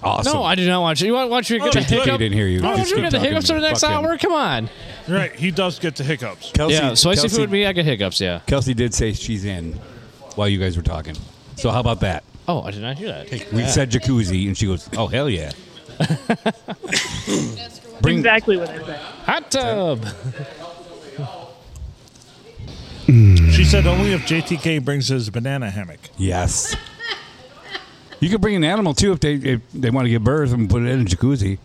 D: Awesome.
E: No, I do not want you. You want, want you to get the
D: JTK
E: hiccup?
D: didn't hear you.
E: Oh,
D: Oh, Just
E: want you to
D: keep
E: get the
D: talking.
E: hiccups for the next
D: Fuck him.
E: hour? Come on.
C: right, he does get the hiccups.
D: Kelsey,
E: yeah, spicy
D: Kelsey,
E: food. Me, I get hiccups. Yeah.
D: Kelsey did say she's in while you guys were talking. So how about that?
E: Oh, I did not hear that.
A: Take
D: We
A: that.
D: said jacuzzi, and she goes, "Oh hell yeah." Bring
F: Exactly what I said.
E: Hot tub.
C: She said only if JTK brings his banana hammock.
D: Yes. You could bring an animal too if they if they want to give birth and put it in a jacuzzi.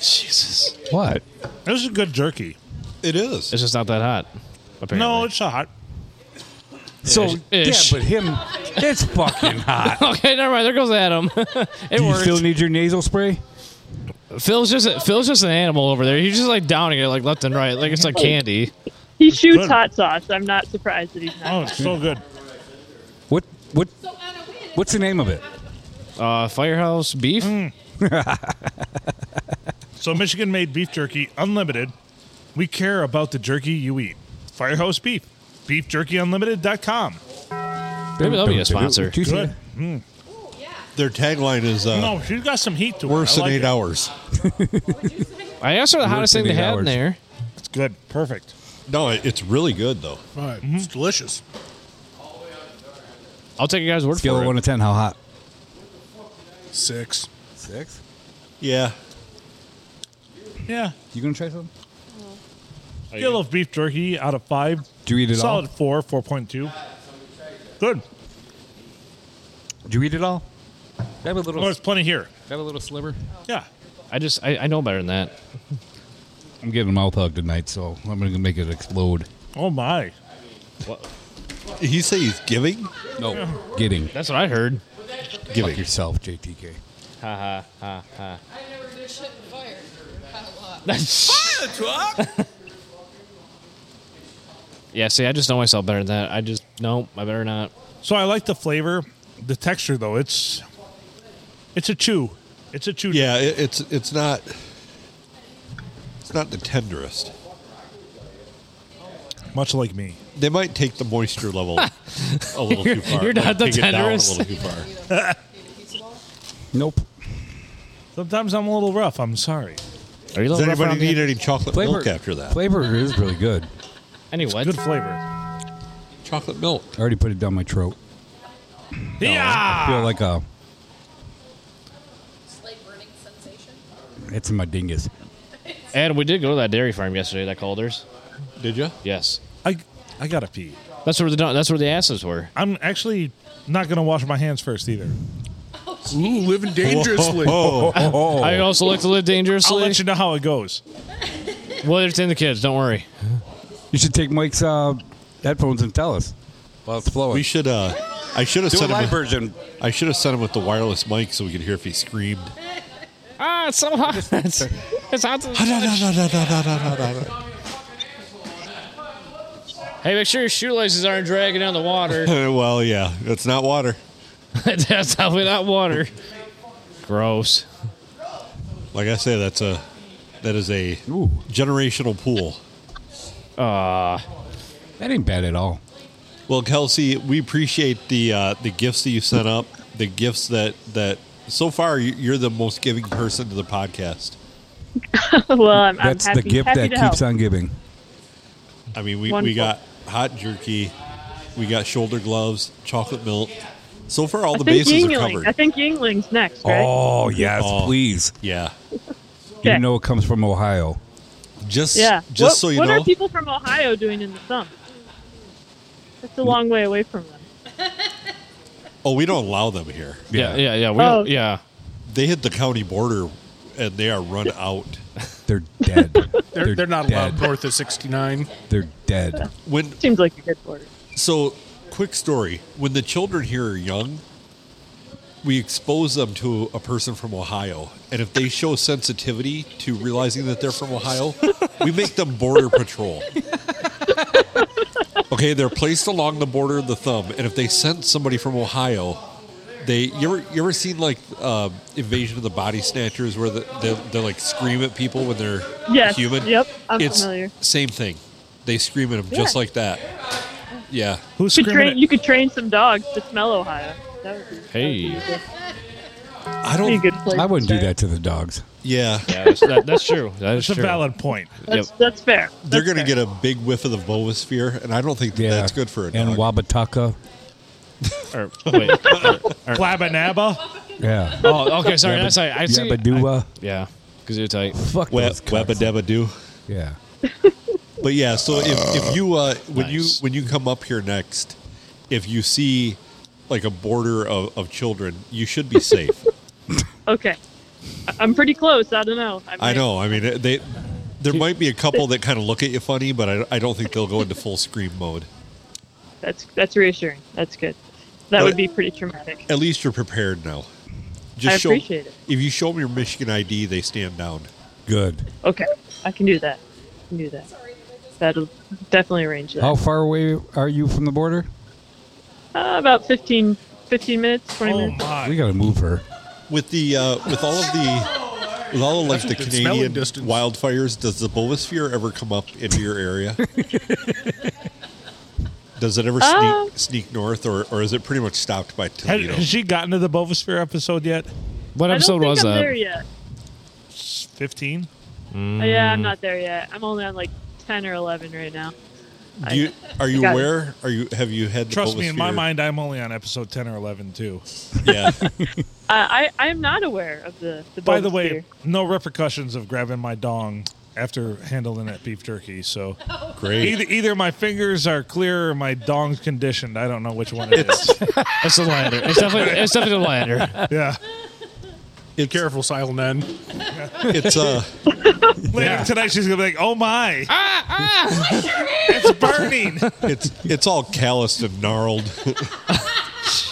E: Jesus.
D: What?
C: This is good jerky.
A: it is.
E: It's just not that hot. Apparently.
C: No, it's hot.
D: So
E: Ish.
D: yeah, but him, it's fucking hot.
E: Okay, never mind. There goes Adam. it
D: Do you
E: worked.
D: still need your nasal spray?
E: Phil's just Phil's just an animal over there. He's just like downing it like left and right, like it's
C: Oh.
E: like candy.
F: He shoots
C: good.
F: hot sauce. I'm not surprised that he's
C: Oh,
F: not.
C: it's so good.
D: What? What?
H: So Anna, we had a-
D: What's the name of it?
E: Uh, Firehouse beef.
C: Mm. So Michigan made beef jerky unlimited. We care about the jerky you eat. Firehouse Beef. BeefJerkyUnlimited.com.
E: Maybe that'll be a sponsor.
D: Do you see
C: Good.
D: that?
H: Ooh, yeah.
A: Their tagline is uh,
C: No, she's got some heat to her.
A: worse
C: I like
A: than eight
C: it.
A: hours.
E: I asked her the
D: Works
E: hottest
D: in
E: thing they
D: eight
E: had in
D: hours.
E: there.
C: It's good. Perfect.
A: No, it, it's really good though.
B: All right, It's delicious.
E: I'll take you guys' word
D: Scale
E: for
D: of
E: it.
D: one to ten. How hot?
B: Six.
D: Six.
A: Yeah.
C: Yeah.
D: You gonna try some?
C: Deal of beef jerky out of five.
D: Do you eat it
C: Solid
D: all?
C: four, 4.2. Good.
D: Do you eat it all? Have a little.
C: Oh, there's plenty here.
D: Have a little sliver.
C: Yeah.
E: I just I, I know better than that.
D: I'm getting a mouth hug tonight, so I'm gonna make it explode.
C: Oh, my.
A: Did he say he's giving?
D: No, getting.
E: That's what I heard.
D: Fuck yourself, JTK.
H: I never did shit in fire. Got a lot.
E: yeah, see, I just know myself better than that. I just no, I better not.
C: So I like the flavor. The texture, though, it's it's a chew. It's a chew.
A: Yeah. It, it's it's not. It's not the tenderest.
C: Much like me.
A: They might take the moisture level a little too far.
E: You're not the
A: take it down
E: tenderest.
A: a little too far.
D: Nope.
C: Sometimes I'm a little rough. I'm sorry.
E: Are you a
A: Does
E: little rough
A: anybody
E: around the-
A: need any chocolate milk after that?
D: Flavor is really good.
E: any what?
C: Good flavor.
A: Chocolate milk.
D: I already put it down my throat.
C: Yeah.
D: I feel like uh, a
H: It's like burning sensation.
D: it's in my dingus.
E: And we did go to that dairy farm yesterday. That Calder's.
A: Did you?
E: Yes,
C: I I gotta pee.
E: that's where the don- that's where the asses were.
C: I'm actually not gonna wash my hands first either.
B: Ooh, living dangerously.
A: Oh,
D: Oh,
E: I also like to live
C: I'll
E: dangerously.
C: let you know how it goes.
E: Well, it's in the kids. Don't worry.
D: you should take Mike's uh, headphones and tell us while it's flowing.
A: we should. uh I should have
D: do a
A: sent
D: live
A: him.
D: version.
A: With, I should have sent him with the wireless mic so we could hear if he screamed.
E: Ah, it's so hot. It's, it's hot. to the touch. Hey, make sure your shoelaces aren't dragging on the water.
A: Uh, well, yeah, it's not water.
E: That's probably not water. Gross.
A: Like I say, that's a That is a generational pool.
D: That ain't bad at all.
A: Well, Kelsey, we appreciate the uh, the gifts that you sent up. The gifts that that so far you- you're the most giving person to the podcast.
F: well, I'm,
D: Oh, That's
F: I'm happy,
D: the gift
F: happy
D: that
F: to
D: keeps
F: help.
D: on giving.
A: I mean, we, we
F: Wonderful.
A: got hot jerky, we got shoulder gloves, chocolate milk. So far, all the
F: I think
A: bases are
F: Yingling.
A: covered.
F: I think Yingling's next, right?
D: Oh yes,
A: Oh.
D: please.
A: yeah,
F: Okay.
D: You know it comes from Ohio.
A: just
F: yeah.
A: just
F: what,
A: so you
F: what
A: know,
F: are people from Ohio doing in the summer? That's a long way away from them.
A: oh, we don't allow them here.
E: Yeah, yeah, yeah. We
F: Oh.
E: don't, yeah.
A: They hit the county border, and they are run out.
D: They're dead.
B: They're, they're, not
D: dead.
B: allowed north of 69.
D: They're dead.
A: When
F: Seems like a good border.
A: So, quick story. When the children here are young, we expose them to a person from Ohio. And if they show sensitivity to realizing that they're from Ohio, we make them border patrol. Okay, they're placed along the border of the thumb. And if they sense somebody from Ohio, they you ever you ever seen like uh, invasion of the body snatchers where the, they they like scream at people when they're
F: Yes,
A: human?
F: yep, I'm
A: it's
F: familiar.
A: Same thing. They scream at them just
F: Yeah.
A: like that. Yeah.
C: Who's
F: You could,
C: screaming?
F: train,
C: at-
F: you could train some dogs to smell Ohio. That would be,
E: Hey.
F: that would be a good-
A: I
F: pretty
A: don't.
F: good place
D: I
F: to
D: wouldn't do
F: start.
D: that to the dogs.
A: Yeah,
E: Yeah, that's, that, that's true. That is
C: That's a
E: true.
C: valid point.
F: That's, that's fair.
A: they're
F: That's
A: going to
F: fair.
A: get a big whiff of the bomosphere, and I don't think that
D: Yeah.
A: that's good for a dog.
D: And Wabataka.
E: Or, wait. or-
C: Clabanaba.
D: Yeah.
E: oh, okay. Sorry.
D: Yabba-
E: that's sorry. I see.
D: Yabadua.
E: yeah. Gazootite.
D: Fuck
A: Web,
D: those
A: web a
D: cunts.
A: deba do.
D: Yeah.
A: But yeah, so if, if you uh, when
E: Nice.
A: you when you come up here next, if you see like a border of, of children, you should be safe.
F: Okay. I- I'm pretty close. I don't know. I,
A: I
F: might-
A: know. I mean, they there might be a couple that kind of look at you funny, but I, I don't think they'll go into full scream mode.
F: That's that's reassuring. That's good. That
A: But-
F: would be pretty traumatic.
A: At least you're prepared now.
F: I
A: show,
F: appreciate it.
A: If you show them your Michigan ID, they stand down.
D: Good.
F: Okay, I can do that. I can do that. That'll definitely arrange that.
D: How far away are you from the border?
F: Uh, about 15, 15 minutes, 20
C: Oh
F: minutes.
D: We
C: my!
D: gotta move her.
A: with the uh, with all of the with all of like
B: That's
A: the
B: a good smelling
A: Canadian
B: distance.
A: wildfires, does the bovisphere ever come up into your area? does it ever sneak,
F: Uh.
A: sneak north, or, or is it pretty much stopped by
C: Has,
A: Toledo?
C: has she gotten to the Bovisphere episode yet?
E: What
F: I don't
E: episode
F: think
E: was
F: I'm
E: that?
F: there yet.
C: Fifteen.
F: Uh, yeah, I'm not there yet. I'm only on like 10 or 11 right now.
A: Do you, are you
F: got it.
A: aware? Are you have you had? The
C: Trust me, in my
A: Bovisphere?
C: mind, I'm only on episode ten or eleven too.
A: yeah.
F: I, I, I am not aware of the, the
C: By the
F: Bulbasphere.
C: way, no repercussions of grabbing my dong after handling that beef jerky. So
A: Great.
C: either either my fingers are clear or my dong's conditioned. I don't know which one it is.
E: It's the lander. It's definitely it's definitely the lander.
C: yeah,
A: It's
B: Careful, Silent N.
A: it's uh
C: later tonight she's gonna be like, "Oh my, ah, ah. it's burning."
A: it's it's all calloused and gnarled.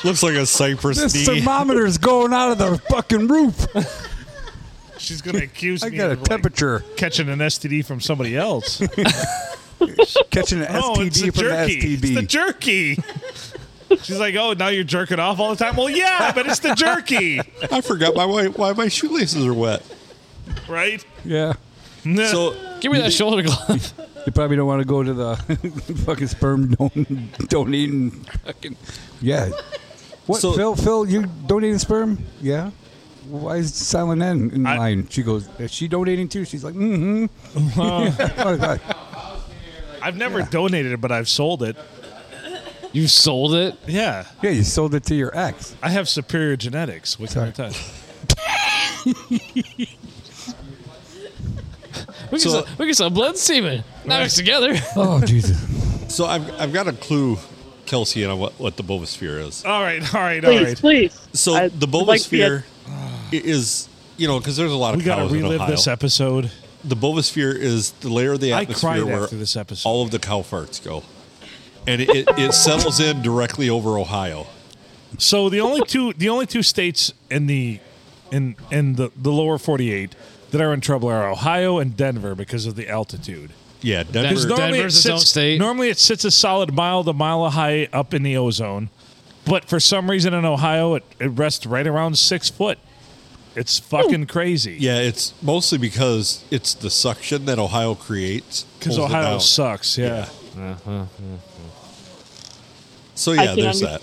A: Looks like a cypress
D: This
A: knee.
D: thermometer's going out of the fucking roof.
C: She's gonna accuse
D: I
C: me
D: got a
C: of like,
D: temperature.
C: catching an STD from somebody else.
D: Catching an
C: oh, it's the
D: STD from
C: jerky.
D: the
C: It's the
D: STB.
C: jerky. She's like, "Oh, now you're jerking off all the time." Well, yeah, but it's the jerky,
A: I forgot my why, why my shoelaces are wet.
C: right?
D: yeah.
A: So
E: Give me that shoulder glove.
D: You probably don't want to go to the fucking sperm don- donating fucking. Yeah. What,
A: So-
D: Phil? Phil, you donating sperm? Yeah. Why is Silent N in
C: I-
D: line? She goes, is she donating too? She's like, mm hmm.
C: I've never donated it, but I've sold it.
E: You sold it.
C: Yeah,
D: yeah, you sold it to your ex.
C: I have superior genetics. What can I tell you?
E: We can,
A: So-
E: sell, we can sell blood and semen. Now it's together.
D: Oh, Jesus.
A: so I've I've got a clue, Kelsey, on what, what the bovisphere is.
C: All right, all right, all
F: please,
C: right.
F: please.
A: So
F: I
A: the
F: would like to be
A: bovisphere i is, you know, because there's a lot of
C: We gotta
A: cows in
C: relive
A: Ohio.
C: this episode.
A: the bovisphere is the layer of the
C: I
A: atmosphere
C: cried
A: where
C: after this episode.
A: all of the cow farts go, and it, it, it settles in directly over Ohio.
C: So the only two the only two states in the in in the, the lower 48 that are in trouble are Ohio and Denver because of the altitude.
A: Yeah, Denver.
C: 'Cause
E: Denver- Denver's its own state.
C: normally it sits a solid mile to mile a high up in the ozone, but for some reason in Ohio it, it rests right around six foot. It's fucking crazy.
A: Yeah, it's mostly because it's the suction that Ohio creates.
C: Because
A: pulls it
C: Ohio
A: down.
C: sucks. Yeah.
A: So
F: I
A: yeah,
F: can
A: there's that.
F: understand.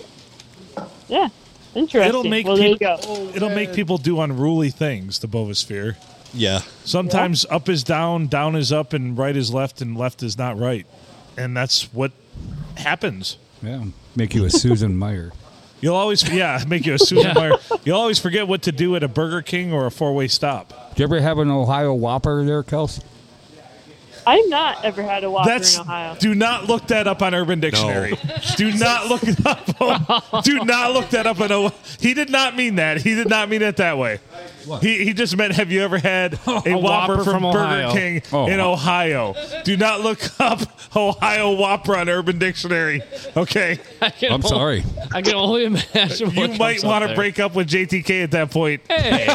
F: Yeah. Interesting.
C: It'll make
F: well,
C: people.
F: there you go.
C: It'll make people do unruly things. The bovosphere.
A: Yeah,
C: Sometimes up is down, down is up, and right is left, and left is not right, and that's what happens.
D: Yeah, make you a Susan Meyer.
C: You'll always yeah make you a Susan Meyer. You'll always forget what to do at a Burger King or a four way stop.
D: Do you ever have an Ohio Whopper there, Kels?
F: I've not ever had a Whopper
C: That's
F: in Ohio.
C: do not look that up on Urban Dictionary. Do not look it up. do not look that up on. O- He did not mean that. He did not mean it that way. He, he just meant have you ever had a, Whopper, from,
E: Whopper from
C: Burger
E: Ohio.
C: King
D: Oh.
C: in Ohio? Do not look up Ohio Whopper on Urban Dictionary. Okay.
E: I can
D: I'm
E: only-
D: sorry.
E: I can only imagine.
C: You
E: what
C: might
E: comes up
C: want to
E: there.
C: break up with JTK at that point.
E: Hey,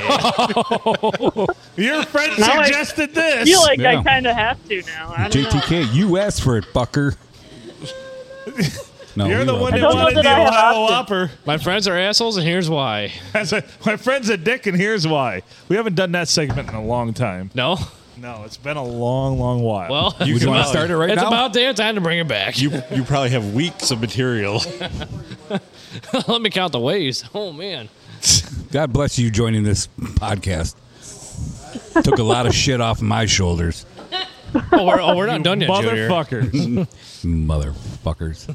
C: Your friend
F: Now I-
C: suggested this.
F: I feel like
D: Yeah.
F: I kind of have to now. I don't know.
D: JTK, you asked for it, fucker. No,
C: You're
D: we
C: the
D: love
C: one
D: you.
C: that
F: don't know
C: wanted
F: that
C: the
F: I have
C: Ohio
F: opted.
C: Whopper.
E: my friends are assholes, and here's why.
C: That's a, my friend's a dick, and here's why. We haven't done that segment in a long time.
E: No,
C: No, it's been a long, long while.
E: well,
A: you
D: Would you
A: can
D: want to
A: well,
D: start it right
E: it's
D: now?
E: about damn time to bring it back.
A: You you probably have weeks of material.
E: Let me count the ways. Oh man,
D: God bless you joining this podcast. Took a lot of shit off my shoulders,
E: oh we're, oh, we're not done yet, Junior.
C: motherfuckers.
D: motherfuckers.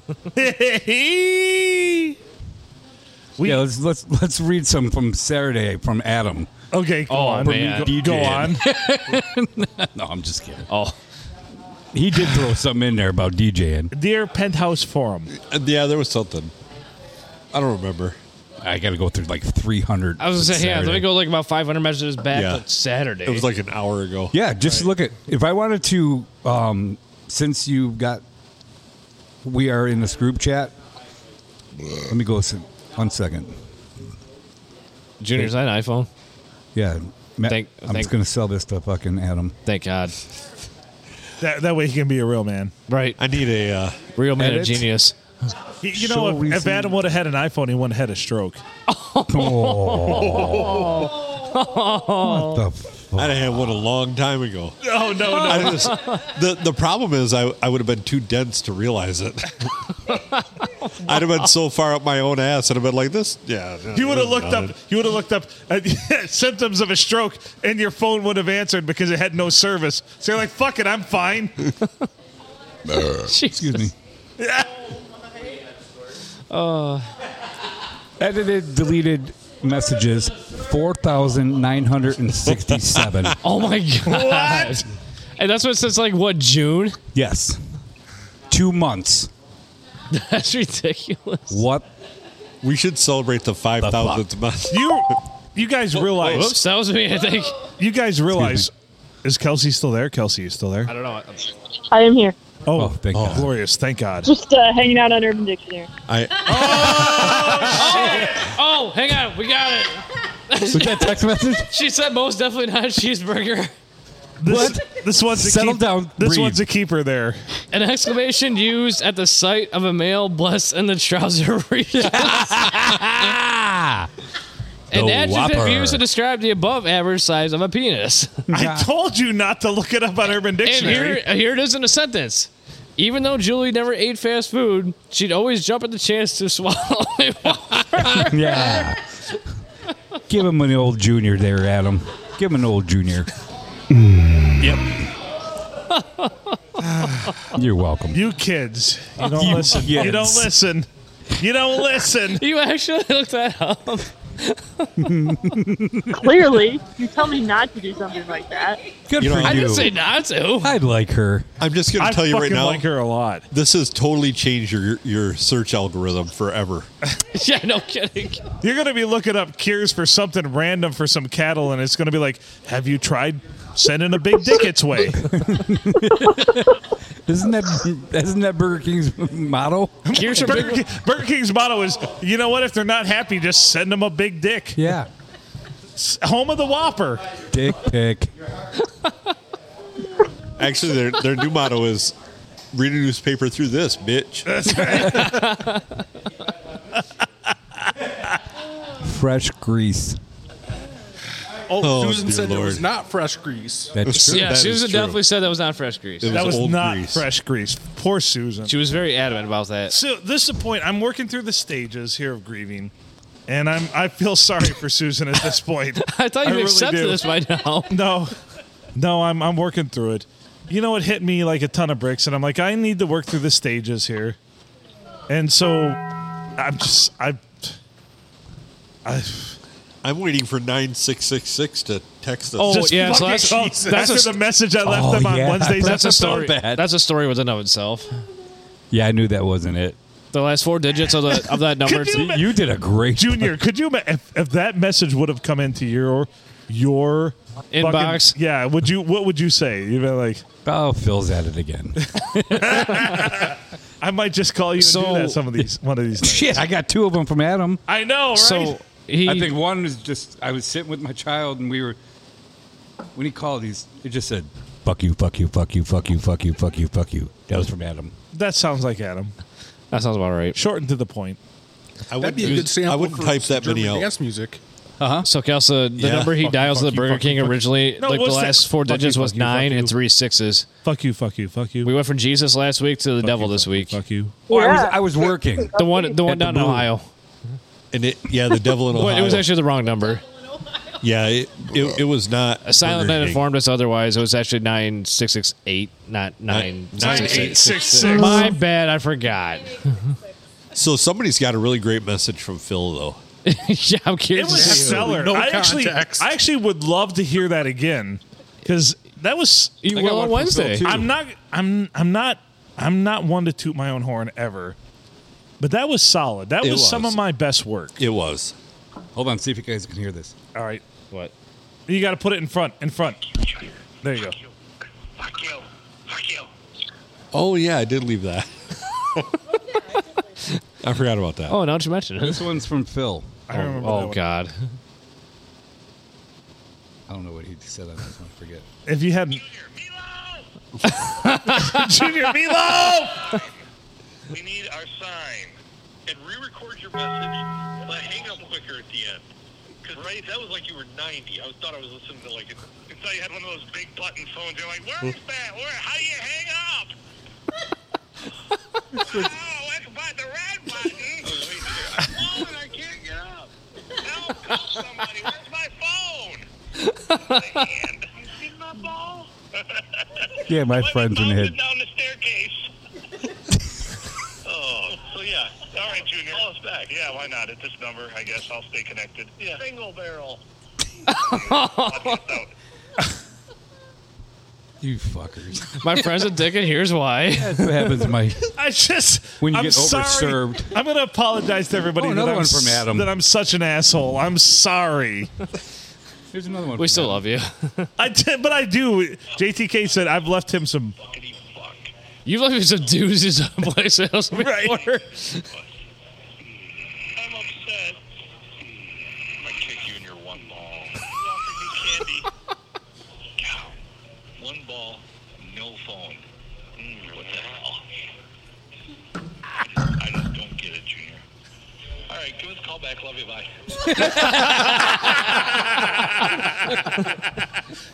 C: We-
D: yeah, let's let's let's read some from Saturday from Adam.
C: okay, go
E: Oh,
C: on.
E: man.
C: Go, go on.
D: No, I'm just kidding.
E: Oh,
D: He did throw something in there about DJing.
C: Dear Penthouse Forum,
A: yeah, there was something. I don't remember.
D: I got to go through like 300.
E: I was gonna say, yeah. Let
D: Saturday.
E: me go like about 500 messages back
A: Yeah.
E: to Saturday.
A: It was like an hour ago.
D: Yeah, just look at. If I wanted to, um, since you got, we are in this group chat. Let me go. s- One second.
E: Junior's that an iPhone.
D: Yeah, Matt,
E: Thank-
D: I'm
E: thank-
D: just gonna sell this to fucking Adam.
E: Thank God.
C: that, that way he can be a real man.
E: Right,
A: I need a. Uh,
E: real man
D: Edit.
E: of genius.
C: He- you
D: Shall
C: know,
D: we
C: if, if
D: see-
C: Adam would have had an iPhone, he wouldn't have had a stroke.
D: Oh. what the fuck?
A: I'd have had one a long time ago.
C: Oh, no, no.
A: I just, the the problem is I, I would have been too dense to realize it. I'd have been so far up my own ass and I'd have been like this. Yeah, no,
C: You would have
A: this is
C: looked
A: not
C: up.
A: it.
C: You would have looked up uh, symptoms of a stroke, and your phone would have answered because it had no service. So you're like, "Fuck it, I'm fine."
D: Excuse me. Uh, Edited, deleted messages 4,967.
E: Oh my God.
C: What?
E: And that's what since like what June?
D: yes. Two months.
E: That's ridiculous.
D: What?
A: We should celebrate the five thousandth month.
C: You, you guys realize?
E: Whoops, that was me. I think.
C: You guys realize? Is Kelsey still there? Kelsey is still there.
E: I don't know.
F: I am here.
C: Oh,
D: Oh, thank God.
C: glorious! Thank God.
F: Just uh, hanging out on Urban Dictionary.
A: I
E: Oh, hang on, we got it.
D: Was that text message?
E: She said most definitely not a cheeseburger.
C: This, this one's a
D: Settle
C: keep-
D: down,
C: This
D: breathe.
C: one's a keeper. There.
E: An exclamation used at the sight of a male blessed in the trouser region. An
D: The
E: adjective
D: Whopper.
E: used to describe the above average size of a penis.
C: I told you not to look it up on Urban
E: And
C: Dictionary.
E: here, here it is in a sentence. Even though Julie never ate fast food, she'd always jump at the chance to swallow it.
D: Yeah. Give him an old junior there, Adam. Give him an old junior. Mm. yep. You're welcome.
C: You kids, you don't
D: You
C: listen. You don't
D: kids.
C: listen. You don't listen.
E: You actually looked that up.
F: Clearly, you tell me not to do something like that.
D: Good
A: You
D: for
A: know, I
E: I
D: you.
E: didn't say not to.
D: I like her.
A: I'm just gonna
C: I
A: tell you right
C: fucking
A: now.
C: like her a lot.
A: This has totally changed your your search algorithm forever.
E: Yeah, no kidding.
C: You're gonna be looking up cures for something random for some cattle, and it's gonna be like, "Have you tried sending a big dick its way?"
D: Isn't that isn't that Burger King's motto?
E: Here's your
C: Burger,
E: big
C: King, Burger King's motto is, "You know what? If they're not happy, just send them a big dick."
D: Yeah.
C: It's Home of the Whopper.
D: Dick pic.
A: Actually, their their new motto is read a newspaper through this, bitch.
D: Fresh grease.
B: Oh,
A: Oh,
B: Susan
A: dear
B: said it was
A: Lord.
B: not fresh grease.
D: That's true.
E: yeah,
A: That is
E: Susan
A: true.
E: definitely said that was not fresh grease.
A: It
C: That was
A: old
C: not
A: grease.
C: fresh grease. Poor Susan.
E: She was very adamant about that.
C: So this is the point. I'm working through the stages here of grieving, and I'm I feel sorry for Susan at this point.
E: I thought you
C: really
E: accepted
C: do.
E: this by now.
C: No, no, I'm I'm working through it. You know, it hit me like a ton of bricks, and I'm like, I need to work through the stages here, and so I'm just I. I,
A: I'm waiting for 9666 to text us.
E: Oh,
C: just
E: yeah, so
C: fucking-
E: that's-
C: oh,
E: that's
C: after
E: a-
C: the message I left
D: Oh,
C: them on
D: yeah.
C: Wednesday's
E: That's a
C: episode.
E: story.
D: bad.
E: That's a story within of itself.
D: Yeah, I knew that wasn't it.
E: The last four digits of the of that number.
C: Could you
D: You did a great
C: Junior, could you ima- if, if that message would have come into your your fucking-
E: Inbox?
C: yeah, would you what would you say? You'd be like,
D: Oh, Phil's at it again.
C: I might just call you and
E: So-
C: do that some of these one of these. Days.
D: Shit, I got two of them from Adam.
C: I know, right?
E: so he
D: I think one is just I was sitting with my child and we were when he called he's it just said fuck you, fuck you, fuck you, fuck you, fuck you, fuck you, fuck you. That was from Adam.
C: that sounds like Adam.
E: that sounds about right.
C: Shortened to the point.
A: I
B: That'd
A: wouldn't,
B: be a good sample.
A: I wouldn't
B: for
A: type that
B: German
A: many out.
B: Dance music.
E: So Kelsa, the
A: Yeah.
E: number he
A: Fuck you,
E: dials
A: fuck
E: the
A: you,
E: Burger
A: fuck
E: King originally,
C: No,
E: like the
C: what's that?
E: last four
C: Fuck you,
E: digits was
C: fuck you, fuck
E: nine
C: you.
E: and three sixes.
C: Fuck you, fuck you, fuck you.
E: We went from Jesus last week to the devil this week.
C: Fuck you.
D: Oh, I was
G: Yeah.
D: I was working.
E: The one, the one
D: the
E: down in
D: blue.
E: Ohio.
A: And it, yeah, the devil in Ohio.
E: Wait, it was actually the wrong number.
A: yeah, it, it, it was not.
E: A silent man
A: Burger King.
E: informed us otherwise. It was actually nine six six eight, not nine
A: Nine,
E: six,
A: eight,
E: six.
A: six, six.
E: My bad, I forgot.
A: So somebody's got a really great message from Phil, though.
E: yeah, I'm
C: It
E: curious.
C: was
E: to
C: a
E: see what-
C: seller.
B: No
C: I actually,
B: context.
C: I actually would love to hear that again because that was.
E: You
D: I got
E: will
D: one
E: on
D: from
E: Wednesday.
D: Phil, too.
C: I'm not. I'm. I'm not. I'm not one to toot my own horn ever, but that was solid. That
A: It
C: was, some
A: was.
C: of my best work.
A: It was.
D: Hold on, see if you guys can hear this.
C: All right,
E: What?
C: you got to put it in front. In front. There you go.
A: Oh yeah, I did leave that. I forgot about that.
E: Oh, now that you mention it.
D: This one's from Phil.
C: I remember. that
E: Oh
C: one.
E: God.
D: I don't know what he said on this one. I forget.
C: If you hadn't. Junior Meatloaf.
I: We need our sign. And re-record your message, but hang up quicker at the end. Because right, that was like you were 90. I was, thought I was listening to like, a- I thought you had one of those big button phones. You're like, where is that? Where? How do you hang up? oh, it's by the red button. oh, and I can't get up. Help! Call somebody. Where's my phone? Man, you see my ball?
D: Yeah, my
I: Let me
D: friends in
I: bounce
D: here.
I: it down the staircase. Oh, so yeah. All right, Junior. Call us back. Yeah, why not? At this number, I guess I'll stay connected. Yeah. Single barrel.
D: You fuckers.
E: My friend's a dick, and here's why.
D: That's what happens to my
C: I just.
D: when you
C: I'm
D: get
C: sorry.
D: overserved.
C: I'm gonna apologize to everybody
D: Oh,
C: that,
D: another
C: I'm
D: one
C: s-
D: from Adam.
C: that I'm such an asshole. I'm sorry.
D: Here's another one.
E: We
D: from
E: still
D: Adam.
E: love you.
C: I did, but I do. JTK said I've left him some.
I: Fuckity fuck.
E: You've left me some doozies someplace else before.
C: Right.
I: I'm upset. Hmm, I kick you in your one ball. You offered me candy. Cow. One ball, no phone. Mm, what the hell? I just, I just don't get it, Junior. All right, give us a call back. Love you. Bye.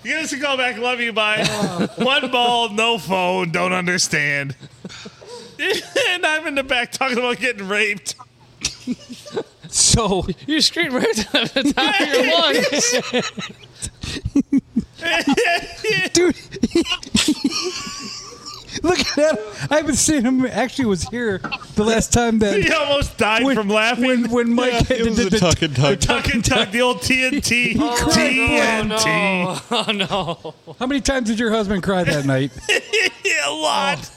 C: Give us a call back. Love you. Bye. One ball, no phone. Don't understand. and I'm in the back talking about getting raped.
D: So
E: You screamed right at the top of your lungs.
D: dude. Look at that! I haven't seen him. Actually, was here the last time
C: He
D: that
C: almost died
D: when,
C: from laughing.
D: When, when Mike
A: Yeah, it was a tuck and tug.
C: Tuck and tug, the old TNT.
E: Oh,
C: TNT.
E: no. Oh, no.
D: How many times did your husband cry that night?
C: Yeah, a lot.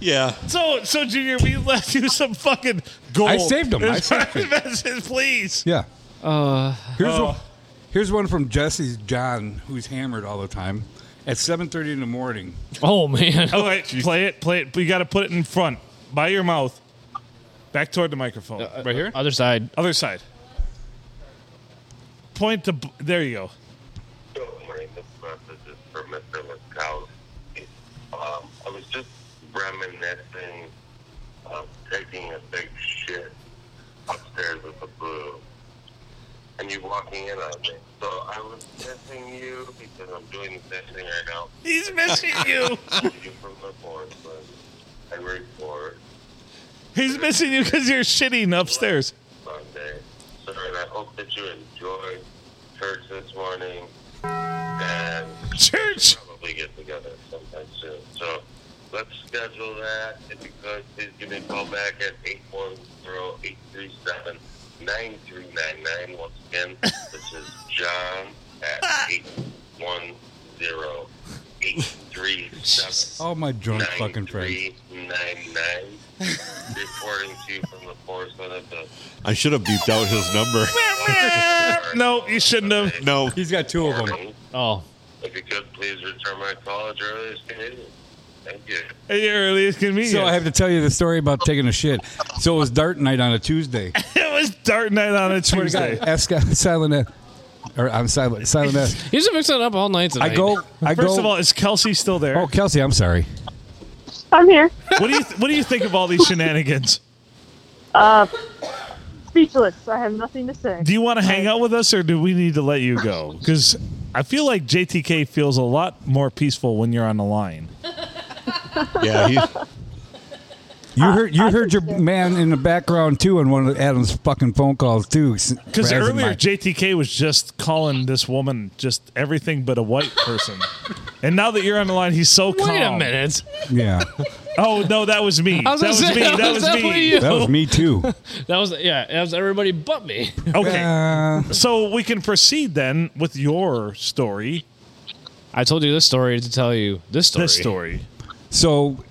A: Yeah,
C: So, so Junior, we left you some fucking gold.
D: I saved him. I
C: As
D: saved him.
C: messages, please.
D: Yeah. Uh, here's one, here's one from Jesse's John, who's hammered all the time. At 7:30 in the morning,
E: Oh man.
C: Oh, wait, play it, play it. But you got to put it in front by your mouth, back toward the microphone.
D: Uh, right here.
E: Other side.
C: Other side. Point to. b- There you go.
I: Good morning. This message is for Mr. Laskowski. Um, I was just reminiscing of taking a big shit upstairs with the blue. and you walk me in on it. So I was missing you because I'm doing the same thing right now.
C: He's missing you.
I: You from the forest, but I work for it
C: He's missing you because you're shitting upstairs.
I: Sunday. So and I hope that you enjoyed church this morning and
C: Church.
I: probably get together sometime soon. So let's schedule that. If you could, please give me a call back at 810-837-9399. Once again, this is John at 810-837-9399.
D: All my drunk fucking friends.
I: 9399. Reporting to you from the forest of the
A: I should have beeped out his number.
C: no, you shouldn't have.
A: No,
D: He's got two of them.
I: morning.
E: Oh,
I: If you could, please return my call as early as convenient. Thank you.
C: At your earliest convenience.
D: So I have to tell you the story about taking a shit. So it was dart night on a Tuesday.
C: it was Dart Night on a
D: Swear to
C: Tuesday.
D: God, Ask on Silent S- or I'm silent Silent S.
E: he's been mixing it up all night tonight.
D: I go. I go.
C: First of all, is Kelsey still there?
D: oh Kelsey, I'm sorry.
F: I'm here.
C: What do you What do you think of all these shenanigans?
F: Speechless. I have nothing to say.
C: Do you want to hang out with us, or do we need to let you go? Because I feel like JTK feels a lot more peaceful when you're on the line.
A: yeah, he,
D: You heard. You heard your man in the background too on one of Adam's fucking phone calls too.
C: Because earlier JTK was just calling this woman just everything but a white person, and now that you're on the line, he's so calm.
E: Wait a minute.
D: yeah,
C: Oh no, that was me.
E: I was
C: that
E: gonna
C: was
E: say,
C: me. That, was,
E: definitely
C: me.
E: you.
D: that was me too.
E: That was yeah. That was everybody but me.
C: Okay,
D: Uh,
C: so we can proceed then with your story.
E: I told you this story to tell you this story.
C: This story.
D: So,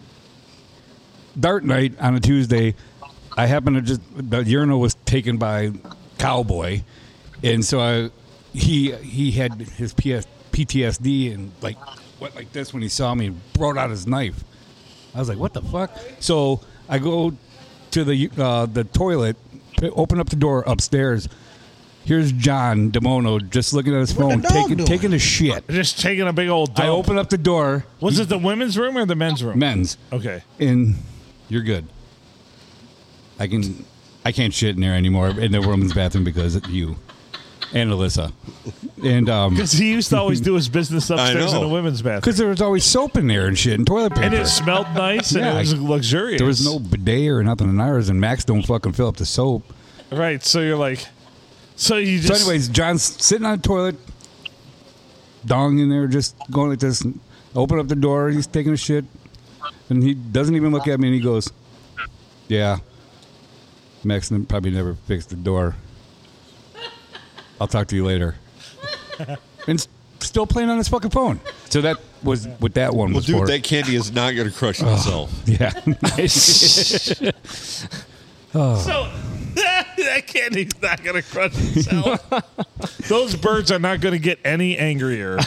D: dart night on a Tuesday, I happened to just the urinal was taken by cowboy, and so I he he had his PS, PTSD and like went like this when he saw me and brought out his knife. I was like, "What the fuck?" So I go to the uh, the toilet, p- open up the door upstairs. Here's John Demono just looking at his phone, taking taking a shit.
C: Just taking a big old. Dump.
D: I open up the door,
C: Was it the women's room or the men's room?
D: men's.
C: Okay.
D: and you're good. I can I can't shit in there anymore in the woman's bathroom because of you and Alyssa. And um
C: Because he used to always do his business upstairs in
A: know.
C: the women's bathroom.
D: because there was always soap in there and shit and toilet paper.
C: And it smelled nice and
D: Yeah,
C: it was
D: I-
C: luxurious.
D: there was no bidet or nothing in ours, and Max don't fucking fill up the soap.
C: Right, so you're like. So you just.
D: So, anyways, John's sitting on the toilet, dong in there, just going like this. and Open up the door, he's taking a shit, and he doesn't even look at me, and he goes, "Yeah, Max n- probably never fixed the door. I'll talk to you later." and s- still playing on his fucking phone. So that was what that one
A: well,
D: was
A: dude,
D: for.
A: that candy is not going to crush itself.
D: yeah,
C: So. that candy's not going to crush itself. Those birds are not going to get any angrier.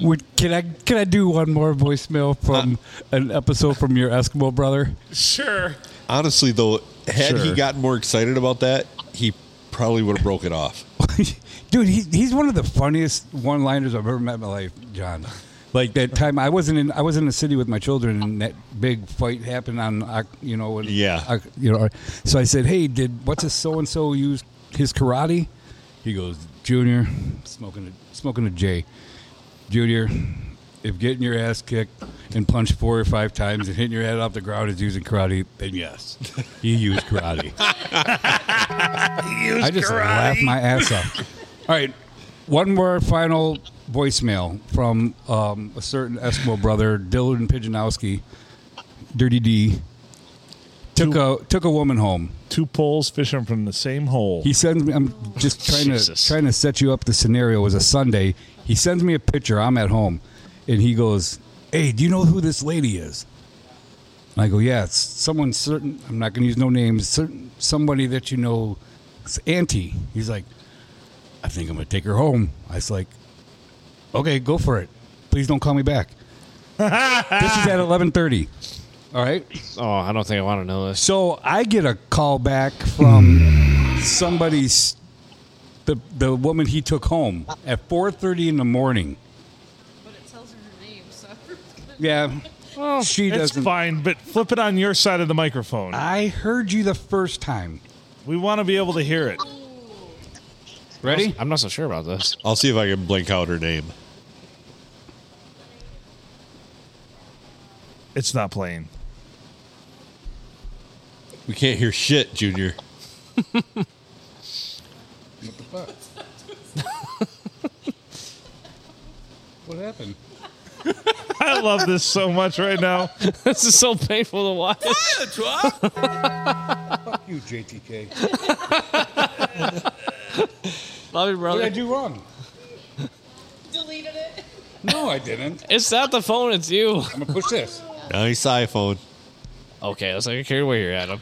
D: Would, can I can I do one more voicemail from
A: Uh,
D: an episode from your Eskimo brother?
C: Sure.
A: Honestly, though, had he
D: Sure.
A: gotten more excited about that, he probably would have broke it off.
D: Dude, he, he's one of the funniest one-liners I've ever met in my life, John. Like that time I wasn't in I was in the city with my children, and that big fight happened on uh, you know when,
A: Yeah.
D: uh, you know. So I said, "Hey, did what's his so and so use his karate?" He goes, "Junior, smoking a, smoking a J, Junior." If getting your ass kicked and punched four or five times and hitting your head off the ground is using karate, then yes, he used karate. I just laughed my ass off. All right, one more final voicemail from um, a certain Eskimo brother, Dylan Pijanowski, Dirty D. Took a took a woman home.
C: Two poles fishing from the same hole.
D: He sends me. I'm just trying
E: Jesus.
D: to trying to set you up. The scenario It was a Sunday. He sends me a picture. I'm at home, and he goes, "Hey, do you know who this lady is?" And I go, "Yeah, it's someone certain. I'm not going to use no names. Certain somebody that you know. It's Auntie." He's like, "I think I'm going to take her home." I was like, "Okay, go for it. Please don't call me back." this is at 11:30. All right.
E: Oh, I don't think I want to know this.
D: So I get a call back from somebody's the the woman he took home at four thirty in the morning.
H: But it tells her her name, so.
D: Yeah, Oh, she
C: it's
D: doesn't.
C: fine, but flip it on your side of the microphone.
D: I heard you the first time.
C: We want to be able to hear it.
D: Ready?
E: I'm not so sure about this.
A: I'll see if I can blink out her name.
C: It's not playing.
A: We can't hear shit, Junior.
D: What happened?
C: I love this so much right now.
E: this is so painful to watch.
D: Fuck you, JTK.
E: Love
D: What did I
E: you, brother.
D: do wrong?
H: Deleted it.
D: No, I didn't.
E: It's not the phone, it's you.
D: I'm gonna push this.
A: Nice iPhone.
E: Okay, let's not get carried away here, Adam.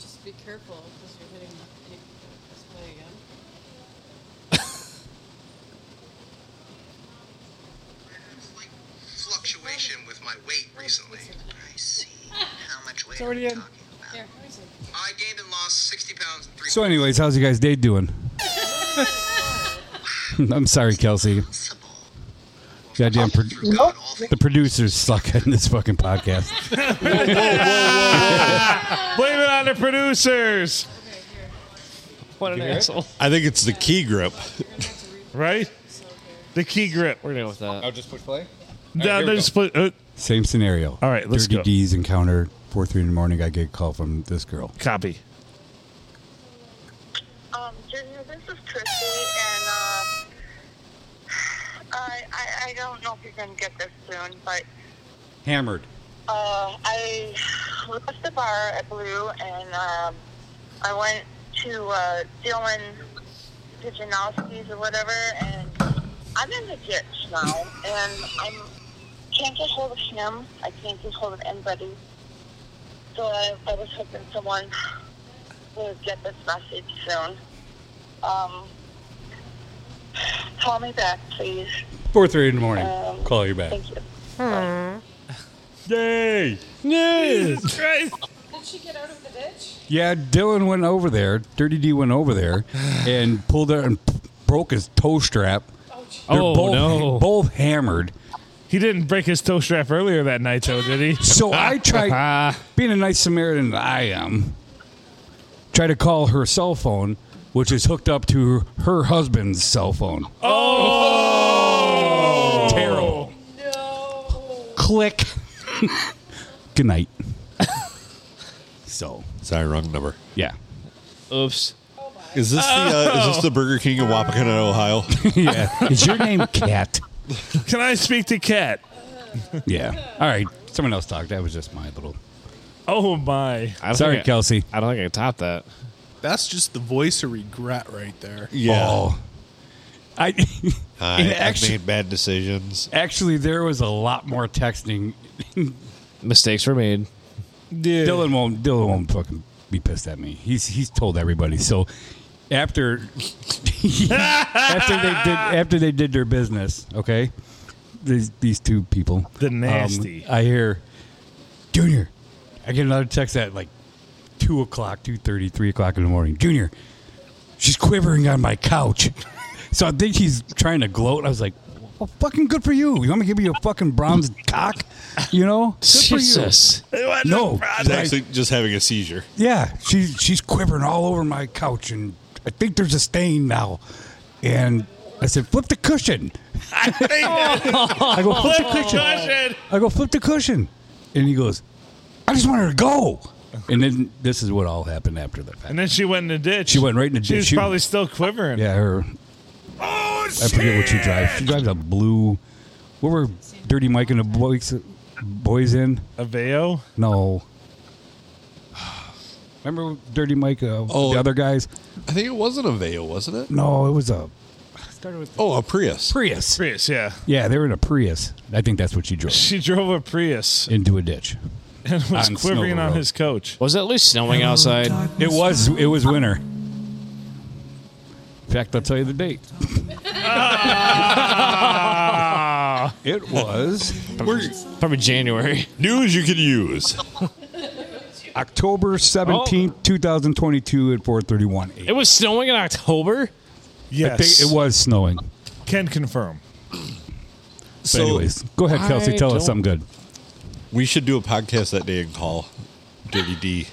H: Just be careful because you're hitting the display again.
I: Fluctuation with my weight recently. I see. How much weight
D: It's already
I: are we
D: in.
I: talking about?
H: Here, let me see.
I: I gained and lost 60 pounds in three
D: So, anyways, how's you guys' day doing? I'm sorry, Kelsey.
I: possible.
D: Goddamn, pro-
I: Through God, all things
D: the producers suck in this fucking podcast.
C: Blame it on the producers,
E: What an asshole.
A: I think it's the key grip.
C: right? The key grip.
E: We're gonna go with that.
D: Oh, just push play.
C: Now
D: here we
C: they
D: go.
C: split- uh,
D: Same scenario.
C: All right, let's
D: Dirty
C: go.
D: D's encounter four three in the morning. I get a call from this girl.
C: copy.
J: Um, Junior, this is Christy, and uh, I, I I don't know if you're gonna get this soon, but
D: Hammered.
J: uh, I left the bar at Blue, and um, I went to uh, Dylan Pijanowski's or whatever, and I'm in the ditch now, and I can't get hold of him. I can't get hold of anybody. So I, I was hoping someone would get this message soon. Um, call me back, please.
D: Four three in the morning.
J: Um,
D: call you back.
J: Thank you.
C: Yay! Jesus Christ.
H: Did she get out of the ditch?
D: Yeah, Dylan went over there. Dirty D went over there and pulled out and p- broke his toe strap. They're
E: Oh,
D: both,
E: no.
D: Both hammered.
C: He didn't break his toe strap earlier that night, though, did he?
D: So I tried, being a nice Samaritan that I am, try to call her cell phone, which is hooked up to her husband's cell phone. Oh, terrible!
H: No.
D: Click. Good night. so
A: Sorry, wrong number.
D: yeah,
E: Oops.
A: Is this the uh, is this the Burger King in Wapakoneta, Ohio?
D: yeah. Is your name Cat?
C: Can I speak to Kat?
D: Yeah. All right. Someone else talked. That was just my little.
C: Oh my!
E: I don't
D: Sorry,
E: think I,
D: Kelsey.
E: I don't think I can top that.
B: That's just the voice of regret right there.
A: Yeah.
D: Oh. I.
A: I,
D: in
A: I've
D: actu-
A: made bad decisions.
D: actually, there was a lot more texting
E: Mistakes were made.
B: Yeah.
D: Dylan won't. Dylan won't fucking be pissed at me. He's he's told everybody. So after after they did after they did their business, okay, these these two people,
C: The
D: um,
C: nasty.
D: I hear, Junior. I get another text at like two o'clock, two thirty, three o'clock in the morning. Junior, she's quivering on my couch. So I think he's trying to gloat. I was like. Well, fucking good for you. You want me to give you a fucking bronze cock? You know? Good for you.
E: Jesus.
D: No.
A: He's
D: like-
A: actually just having a seizure.
D: yeah, she's she's quivering all over my couch, and I think there's a stain now. And I said, flip the cushion.
C: Oh,
D: I go flip the cushion.
C: Caution!
D: I go flip the cushion, and he goes, I just want her to go. And then this is what all happened after the fact.
C: And then she went in the ditch.
D: She went right in the
C: She
D: ditch.
C: was
D: She-
C: probably still quivering.
D: Yeah, her.
C: Oh
D: I
C: shit!
D: forget what she drives. She drives a blue. What were Dirty Mike and the boys boys in?
C: Aveo.
D: No. Remember Dirty Mike? Uh,
A: Oh.
D: The other guys?
A: I think it wasn't a veil, wasn't it?
D: No, it was a
A: Oh, a Prius.
D: Prius.
C: Prius. Yeah.
D: Yeah, they were in a Prius. I think that's what she drove
C: She drove a Prius
D: into a ditch.
C: and was
D: On Snowball
C: quivering on
D: Road.
C: his coach.
E: Was it at least snowing outside?
D: It was it was winter. In fact, I'll tell you the date. it was
E: Probably January.
A: News you can use.
D: October seventeenth, two thousand twenty-two, at four thirty-one.
E: It was snowing in October.
C: Yes,
D: It was snowing.
C: Can confirm.
D: But
A: So
D: anyways, go ahead, Kelsey.
E: I
D: Tell us
E: don't-
D: something good.
A: we should do a podcast that day and call Dirty D.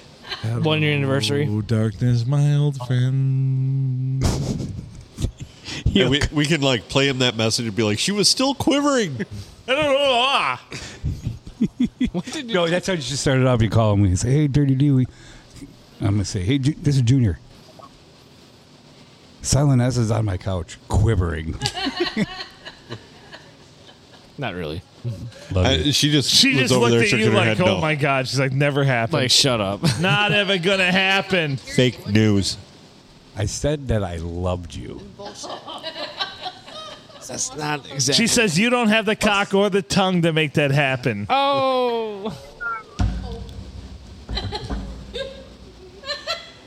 E: One year anniversary.
K: Oh, darkness, my old friend.
A: And we, we can like play him that message and be like, she was still quivering.
C: I don't know. Ah.
D: No, that's how you just started off. You call him and you say, "Hey, Dirty D, we." I'm gonna say, "Hey, Ju- this is Junior." Silent S is on my couch, quivering.
E: Not really.
A: I- she just
C: She
A: was
C: just
A: over
C: looked
A: there
C: at
A: shaking
C: you
A: her
C: like,
A: head
C: oh
A: no.
C: my God. She's like, never happened.
E: Like, shut up.
C: Not ever going to happen.
A: Fake news.
D: I said that I loved you.
E: That's not
C: She says, you don't have the cock or the tongue to make that happen.
E: Oh.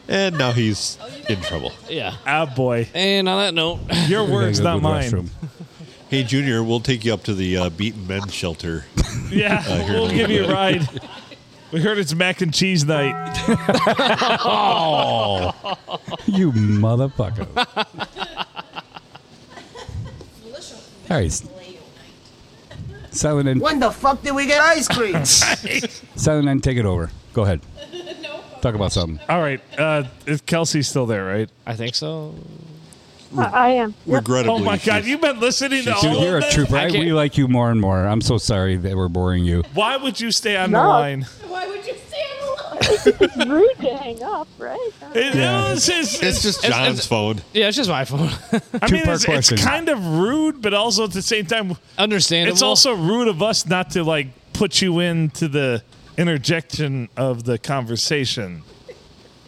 A: And now he's in trouble.
E: Yeah.
C: Ah, boy.
E: And on that note,
C: your words, not mine.
A: Hey, Junior, we'll take you up to the uh, beaten men's shelter.
C: Yeah,
A: I heard
C: we'll
A: it.
C: give you a ride. We heard it's mac and cheese night.
D: Oh, you motherfucker! All right, S- Silent N,
G: When the fuck did we get ice cream?
D: Silent N, take it over. Go ahead. Talk about something.
C: All right. Uh, is Kelsey's still there, right?
E: I think so.
F: I am.
A: Regrettably,
C: Oh my God!
A: she's-
C: You've been listening to
D: Dude,
C: all
D: you're
C: of
D: a
C: this.
D: trooper.
C: I
D: I,
C: can't-
D: we like you more and more. I'm so sorry that we're boring you.
C: Why would you stay on the
F: No.
C: line?
H: Why would you say I'm
F: It's rude to hang up, right?
C: It- it was just-
A: It's just
E: It's-
A: John's
E: it's-
A: phone.
E: Yeah, it's just my phone.
C: I mean,
D: Two-part
C: it's, it's
D: question.
C: kind of rude, but also at the same time,
E: Understandable.
C: it's also rude of us not to like put you into the interjection of the conversation.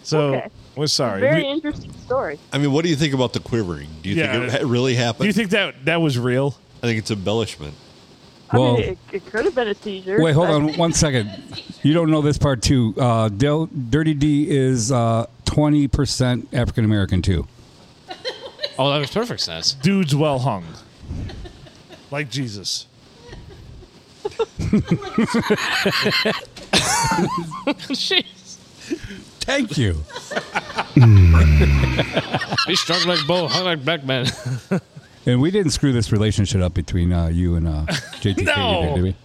C: So
F: Okay.
C: we're sorry.
F: Very
C: We-
F: interesting story.
A: I mean, what do you think about the quivering? Do you think
C: Yeah.
A: it ha- really
C: do
A: happened?
C: you think that that was real?
A: I think it's embellishment.
F: I
D: Well-
F: mean, it, it could have been a seizure.
D: Wait, hold
F: but-
D: on one second. You don't know this part too. Uh, Del, Dirty D is uh, twenty percent African American too.
E: oh, that makes perfect sense.
C: Dude's well hung, like Jesus.
E: Jeez.
D: Thank you.
E: He struck like Bo, hung like Beckman.
D: And we didn't screw this relationship up between uh, you and uh, JTK,
C: No.
D: did we?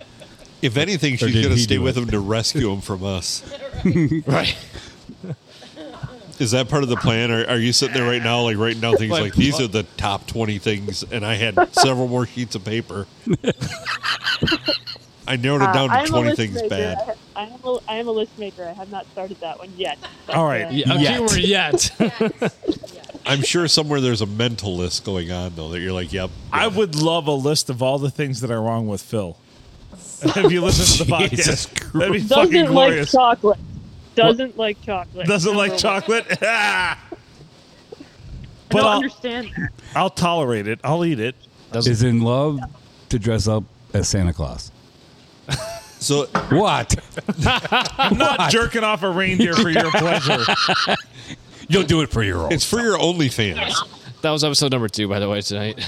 A: If anything, she's
D: did
A: going to
D: he
A: stay
D: do
A: with
D: it?
A: him to rescue him from us.
E: right.
A: Is that part of the plan? Or are you sitting there right now, like writing down things
E: Like,
A: like these
E: what?
A: are the top 20 things? And I had several more sheets of paper. I narrowed it
F: Uh,
A: down
F: I
A: to
F: am a
A: 20
F: list
A: things
F: maker.
A: bad.
F: I, ha- I am a, I am a list maker. I have not started that one yet. But,
C: All right.
F: uh,
E: Yeah,
D: Yet.
E: keyword yet.
A: I'm sure somewhere there's a mental list going on, though, that you're like, yep.
C: I would love a list of all the things that are wrong with Phil. If you listen to the
D: Jesus
C: podcast, that'd be fucking
F: Doesn't like
C: glorious.
F: chocolate. Doesn't like chocolate.
C: Doesn't
F: Number
C: like
F: one.
C: chocolate. Ah!
F: I
C: but
F: don't
C: I'll,
F: understand that.
C: I'll tolerate it. I'll eat it.
D: Is in love to dress up as Santa Claus.
A: So
D: What?
C: I'm not jerking off a reindeer for your pleasure.
D: You'll do it for your own.
A: it's for your OnlyFans.
E: That was episode number two, by the way, tonight.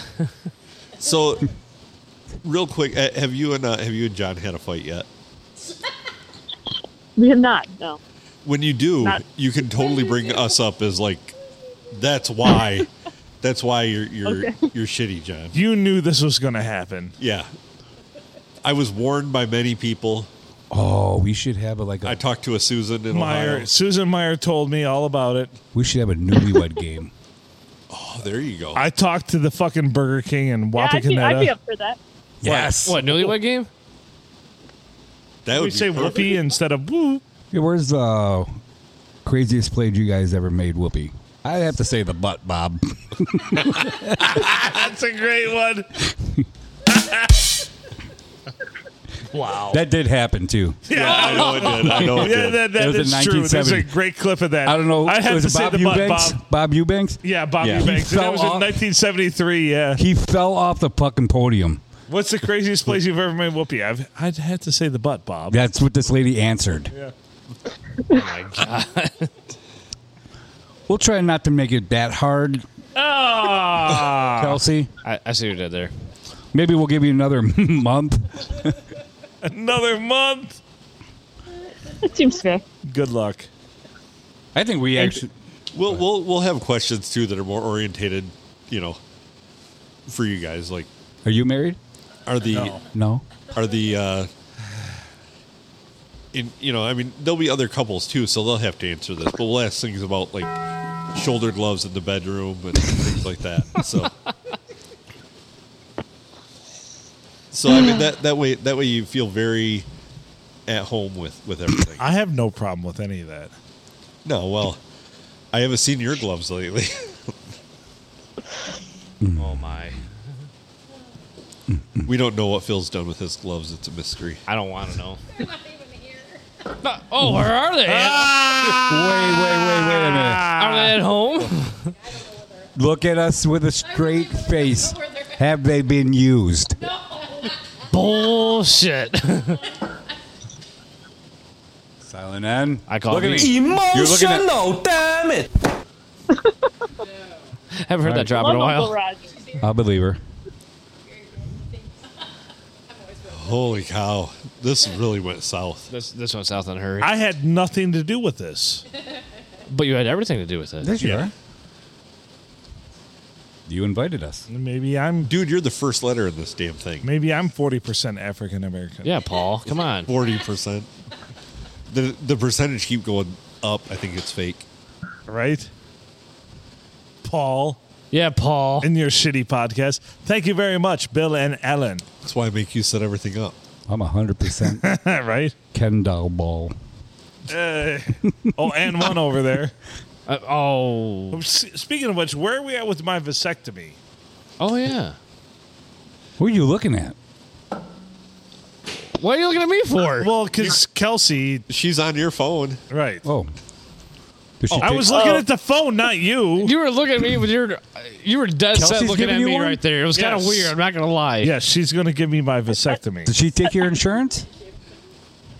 A: So, real quick, uh, have you and uh, have you and John had a fight yet?
F: We have not. No.
A: When you do,
F: Not-
A: you can totally bring us up as like, that's why, that's why you're you're you're shitty, John.
C: You knew this was going to happen.
A: Yeah, I was warned by many people.
D: Oh, we should have a, like
A: I
D: a,
A: talked to a Susan in
C: Meyer,
A: Ohio.
C: Susan Meyer told me all about it.
D: we should have a newlywed game.
A: Oh, there you go.
C: I talked to the fucking Burger King and
F: Yeah, I'd, be, I'd be
C: Wapakoneta.
F: up for that.
D: Yes.
E: what, newlywed game?
A: that would
C: we
A: be
C: say
A: perfect.
C: whoopee instead of woo.
D: Yeah, where's the craziest play you guys ever made? Whoopi. I have to say the butt, Bob.
C: That's a great one.
E: Wow.
D: that did happen too.
A: Yeah, I know it did. I know it
C: Yeah,
A: did.
C: that, that
D: It was
C: is
D: in
C: true. There's a
D: 1970.
C: great clip of that.
D: I don't know.
C: I had
D: was
C: to
D: it
C: say
D: Bob
C: the butt,
D: Eubanks?
C: Bob.
D: Bob Eubanks.
C: Yeah, Bobby
D: Yeah. He
C: Banks. And that
D: fell
C: was in
D: off-
C: 1973. Yeah.
D: He fell off the fucking podium.
C: What's the craziest place you've ever made whoopee? I've, I'd have to say the butt, Bob.
D: That's what this lady answered.
E: Oh, my God.
D: We'll try not to make it that hard,
C: Ah,
D: Kelsey.
E: I, I see what you did there.
D: Maybe we'll give you another month.
C: another month.
F: That seems fair.
C: Good luck.
D: I think we actually.
A: We'll we'll we'll have questions too that are more orientated, you know, for you guys. Like,
D: Are you married?
A: are the
D: No.
A: are the uh, in, you know, I mean, there'll be other couples too, so they'll have to answer this. But we'll ask things about like shoulder gloves in the bedroom and things like that. So, so I mean that that way that way you feel very at home with with everything.
C: I have no problem with any of that.
A: No, well, I haven't seen your gloves lately.
E: Oh my!
A: we don't know what Phil's done with his gloves. It's a mystery.
E: I don't want to know. Oh, where are they?
D: wait, wait, wait, wait a minute.
E: Are they at home?
D: Look at us with a straight face. Have they been used?
E: Bullshit.
D: Silent N.
E: I call
D: Look
E: it
D: at me. You're looking at-
G: damn it!
E: Haven't heard that drop in a
F: Love Uncle
E: while.
F: Roger.
D: I believe her.
A: Holy cow! This really went south.
E: This this went south on her,
C: I had nothing to do with this.
E: but you had everything to do with it.
D: Yes, you
C: Yeah.
D: are. You invited us.
C: Maybe I'm
A: Dude, you're the first letter in this damn thing.
C: maybe I'm forty percent African American.
E: Yeah, Paul. Come on.
A: Forty percent. The the percentage keep going up. I think it's fake.
C: Right? Paul,
E: Yeah, Paul.
C: in your shitty podcast. Thank you very much, Bill and Ellen.
A: That's why I make you set everything up.
D: I'm 100%
C: right?
D: Ken doll ball.
C: Uh, oh, and one over there.
E: Uh, oh.
C: S- Speaking of which, where are we at with my vasectomy?
E: Oh yeah.
D: What are you looking at?
E: What are you looking at me for?
C: Well, because Kelsey,
A: She's on your phone.
C: right?
D: Oh. Does she
C: Oh, I
D: take-
C: was looking at the phone, not you.
E: You were looking at me with your, you were dead set
D: Kelsey's
E: looking
D: giving
E: at
D: you
E: me
D: one?
E: right there. It was kind of
C: Yes.
E: weird. I'm not gonna lie.
C: yeah, she's going to give me my vasectomy.
D: Did she take your insurance?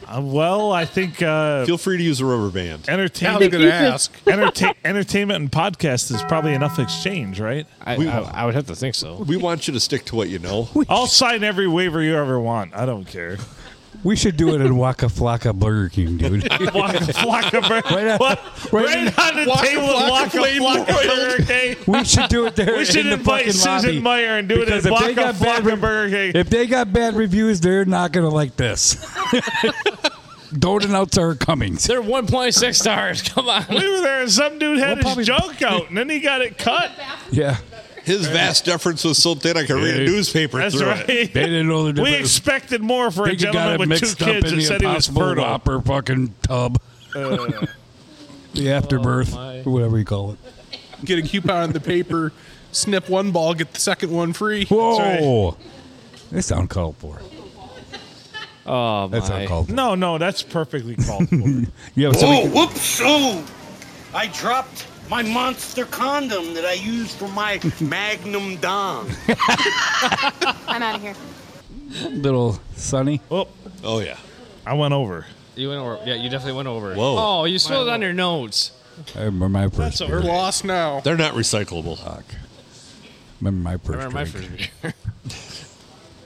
C: Uh, well, I think uh,
A: Feel free to use a rubber band.
B: I was
C: entertainment,
B: gonna ask.
C: entertain, entertainment, and podcast is probably enough exchange, right?
E: I, I, I would have to think so.
A: We want you to stick to what you know.
C: I'll sign every waiver you ever want. I don't care.
D: We should do it in Waka Flocka Burger King, dude.
C: Waka flocka burger.
D: Right on-
C: What?
D: right
C: Right, on the
A: Waka
C: table
A: Flocka
C: of Waka
A: Flame
C: Flocka
A: Broiled.
C: Burger King.
D: We should do it there.
C: We should
D: in the
C: invite
D: fucking
C: Susan
D: lobby.
C: Meyer and do it
D: Because
C: in
D: if they
C: Waka
D: got bad
C: Flocka
D: rev-
C: Burger King.
D: If they got bad reviews, they're not going to like this. Don't announce our comings.
E: They're 1.6 stars. Come on.
C: We were there and some dude had
D: We'll
C: his junk out and then he got it cut.
D: Yeah.
A: His vast deference was so thin I could read a newspaper
C: That's
A: through
C: right.
A: it.
D: They didn't know the
C: We
D: difference.
C: expected more for a
D: Think you got
C: gentleman with
D: it
C: two
D: mixed up
C: kids
D: in
C: who
D: the
C: said he was
D: Impossible
C: fertile.
D: Whopper fucking tub. the
C: Oh,
D: afterbirth, or whatever you call it.
B: Get a coupon on the paper, snip one ball, get the second one free.
D: Whoa. That's uncalled for.
E: Oh
D: That's
E: my.
D: uncalled for.
C: No, no, that's perfectly called for.
D: You have somebody-
L: whoops! Oh, I dropped my monster condom that I used for my Magnum Dom.
H: I'm out of here.
D: little sunny.
C: oh,
A: Oh yeah.
C: I went over.
E: You went over. Yeah, you definitely went over.
A: Whoa.
E: Oh, you spilled it on your notes.
D: I remember my first.
B: We're
D: beer.
B: lost now.
A: They're not recyclable.
D: Fuck. Remember my first.
E: I remember my
D: drink.
E: first beer.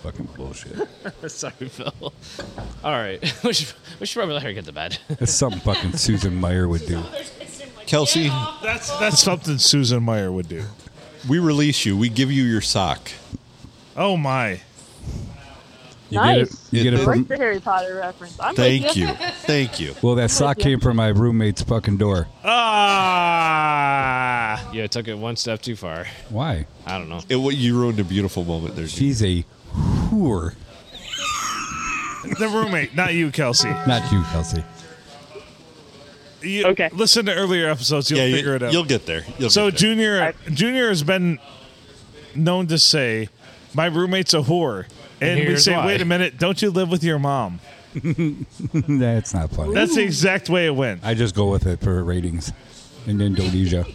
D: Fucking bullshit.
E: Sorry, Phil. All right. We should, we should probably let her get to bed.
D: That's something fucking Susan Meyer would do.
A: Kelsey,
C: That's that's something Susan Meyer would do.
A: we release you. We give you your sock.
C: Oh my.
D: You
F: Nice.
D: get it. You get it
A: It
F: Like
D: from.
F: the Harry Potter reference. I'm
A: Thank
F: with
A: you. Thank you.
D: Well, that sock came from my roommate's fucking door.
C: Ah.
E: Yeah, took it one step too far.
D: Why?
E: I don't know.
A: It, what you ruined a beautiful moment there. dude.
D: She's a whore.
C: The roommate, not you, Kelsey.
D: Not you, Kelsey.
C: You,
F: Okay.
C: Listen to earlier episodes. You'll
A: yeah,
C: figure it out.
A: You'll get there. You'll
C: so
A: get there.
C: Junior Junior has been known to say, "My roommate's a whore," and we
E: Here's
C: say,
E: why.
C: "Wait a minute, don't you live with your mom?"
D: That's not funny.
C: That's the exact way it went.
D: I just go with it for ratings. In Indonesia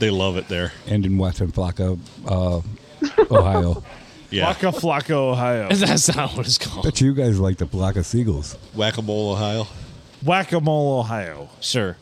A: they love it there.
D: and in Western Flocka, uh, Ohio.
A: Yeah.
C: Waka Flocka, Ohio.
E: That's not what it's called.
D: Bet you guys like the flock of seagulls.
A: Whack a mole, Ohio.
C: Whack a mole, Ohio.
E: Sure.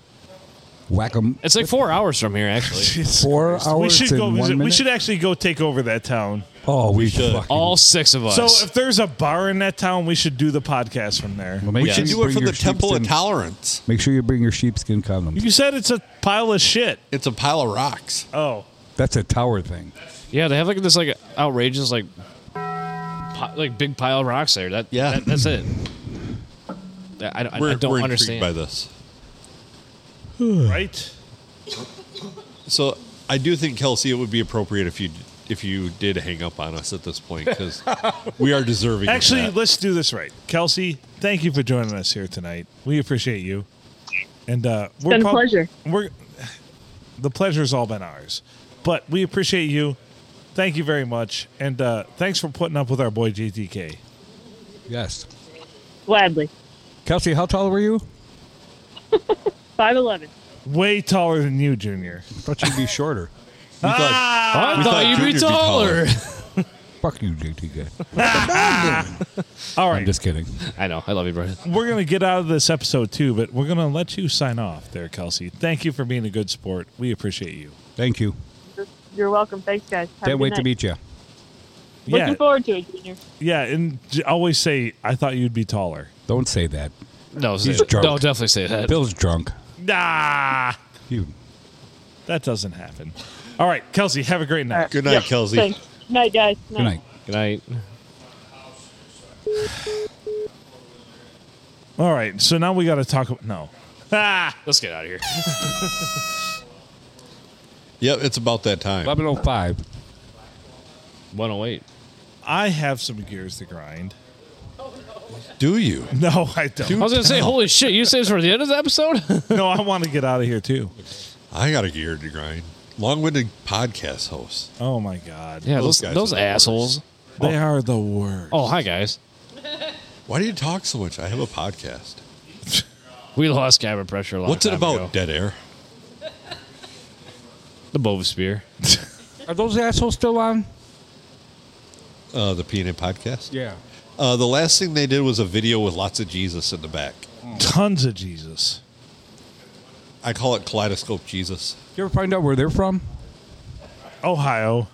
D: Whack 'em.
E: It's like four hours from here, actually.
D: Four hours
C: we should
D: in
C: go
D: one
C: visit. We
D: minute?
C: should actually go take over that town.
D: Oh, we,
A: should.
D: fucking-
E: All six of us.
C: So if there's a bar in that town, we should do the podcast from there.
D: Well, make
A: We
E: We Yeah.
D: sure
A: should
D: you
A: do it
D: bring
A: from the
D: your
A: Temple of
D: sheepskin-
A: Tolerance.
D: Make sure you bring your sheepskin condoms.
C: You said it's a pile of shit.
A: It's a pile of rocks.
C: Oh,
D: That's a tower thing.
E: yeah, they have like this like outrageous like pi- like big pile of rocks there. That
A: Yeah.
E: that- that's it. I, don't- I
A: We're-
E: don't
A: we're intrigued
E: understand
A: by this.
C: right?
A: So I do think Kelsey, it would be appropriate if you if you did hang up on us at this point because we are deserving. of
C: Actually,
A: that.
C: let's do this right. Kelsey, thank you for joining us here tonight. We appreciate you. And uh,
F: It's been a pleasure.
C: We're the pleasure's all been ours, but we appreciate you. Thank you very much, and uh, thanks for putting up with our boy GTK.
D: Yes,
F: Gladly.
D: Kelsey, how tall were you?
F: 5'11.
C: Way taller than you, Junior. I
D: thought you'd be shorter.
C: thought-
E: Ah, I we thought thought you'd be Junior'd be taller.
D: Fuck you, JTK.
C: All right.
D: I'm just kidding.
E: I know. I love you, Brian.
C: We're going to get out of this episode too, but we're going to let you sign off there, Kelsey. Thank you for being a good sport. We appreciate you.
D: Thank you.
F: You're welcome. Thanks, guys. Have a
C: Can't
F: good
C: wait to
F: night.
C: meet you.
F: Looking
C: Yeah.
F: forward to it, Junior.
C: Yeah, and j- always say, I thought you'd be taller.
D: Don't say that.
E: No,
D: He's drunk.
E: no, definitely say that.
D: Bill's drunk.
C: Nah.
D: You.
C: That doesn't happen. All right, Kelsey, have a great night.
A: Good night, Kelsey.
F: Thanks. Night, guys.
E: Good night.
C: All right, so now we got to talk. ab- No. Ah.
E: Let's get out of here.
A: Yep, it's about that time.
D: 1105.
E: 108.
C: I have some gears to grind.
A: Do you?
C: No, I don't.
E: I was gonna say,
C: No.
E: holy shit! You saved this for the end of the episode.
C: no, I want to get out of here too.
A: I got a gear to grind. Long-winded podcast host.
C: Oh my god.
E: Yeah, those
A: guys
E: those,
A: are the
E: assholes.
C: They are the worst.
E: Oh, hi guys.
A: Why do you talk so much? I have a podcast.
E: We lost cabin pressure. A long
A: What's it
E: time
A: about?
E: ago.
A: Dead air.
E: The Bove Spear.
D: Are those assholes still on?
A: Uh, the PNA podcast.
D: Yeah.
A: Uh, the last thing they did was a video with lots of Jesus in the back.
C: Tons of Jesus.
A: I call it Kaleidoscope Jesus.
D: You ever find out where they're from?
C: Ohio.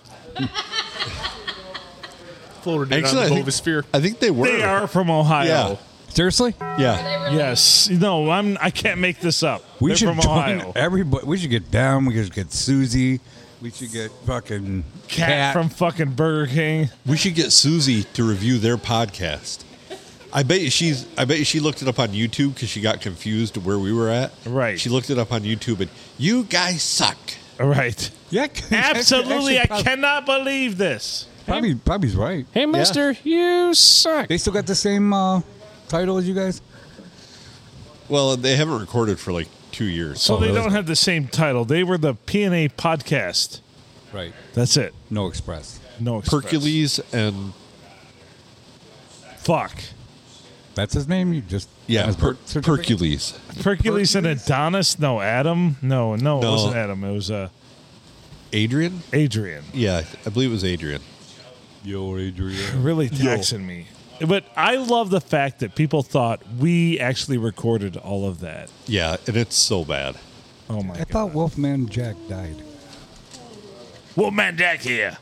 B: Floated it
A: Actually, I
B: on the
A: think,
B: Bovisphere.
A: I think they were.
C: They are from Ohio.
A: Yeah.
D: Seriously?
A: Yeah.
C: Yes. No, I'm. I can't make this up.
D: We
C: They're
D: should
C: from
D: join
C: Ohio.
D: everybody. We should get down. We should get Susie. We should get fucking
C: Cat, from fucking Burger King.
A: We should get Susie to review their podcast. I bet you she's. I bet you she looked it up on YouTube because she got confused where we were at.
C: Right.
A: She looked it up on YouTube and you guys suck.
C: All right.
D: Yeah,
C: Absolutely,
D: actually,
C: I
D: prob-
C: cannot believe this.
D: Probably, probably's right.
E: Hey, Mister, you suck.
D: They still got the same uh, title as you guys.
A: Well, they haven't recorded for like two years.
C: So
D: Oh,
C: they
D: really?
C: don't have the same title. They were the PNA podcast.
D: Right.
C: That's it.
D: No express.
C: No express.
A: Hercules and
C: Fuck.
D: That's his name. You just
A: yeah,
D: his
A: per-
D: birth certificate?
A: Hercules.
C: Hercules and Adonis. No, Adam. No, no,
A: No.
C: it wasn't Adam. It was uh,
A: Adrian.
C: Adrian.
A: Yeah, I believe it was Adrian.
D: Yo, Adrian.
C: Really taxing me. But I love the fact that people thought we actually recorded all of that.
A: Yeah, and it's so bad.
C: Oh my
D: I thought Wolfman Jack died.
C: Well, man, Jack here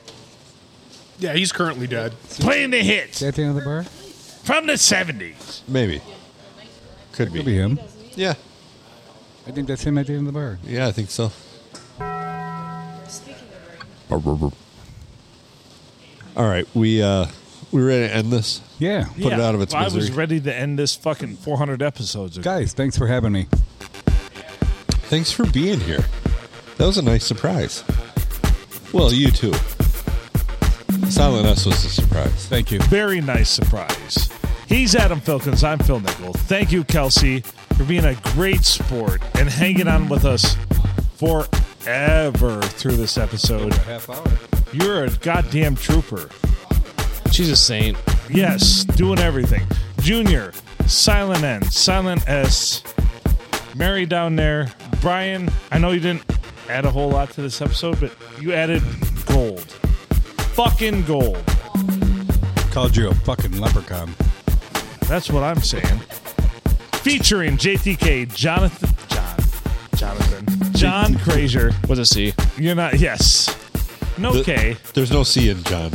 B: Yeah, he's currently dead.
C: playing the hits
D: Is that the end of the bar?
C: from the seventies.
A: Maybe. Could be.
D: Could be him.
A: Yeah.
D: I think that's him at the end of the bar.
A: Yeah, I think so.
H: Speaking of rain,
A: All right, we uh we ready to end this?
D: Yeah.
A: Put it out of its
C: I was
A: misery.
C: ready to end this fucking 400 episodes. Ago.
D: Guys, thanks for having me.
A: Thanks for being here. That was a nice surprise. Well, you too. Silent S was a surprise.
D: Thank you.
C: Very nice surprise. He's Adam Filkins. I'm Phil Nickel. Thank you, Kelsey, for being a great sport and hanging on with us forever through this episode.
D: Half hour.
C: You're a goddamn trooper.
E: She's a saint.
C: Yes, doing everything. Junior, Silent N, Silent S, Mary down there, Brian. I know you didn't add a whole lot to this episode, but you added gold. Fucking gold.
D: Called you a fucking leprechaun.
C: That's what I'm saying. Featuring JTK, Jonathan, John, Jonathan, John Crazier.
E: What's a C?
C: You're not. Yes. No
A: The-
C: K.
A: There's no C in John.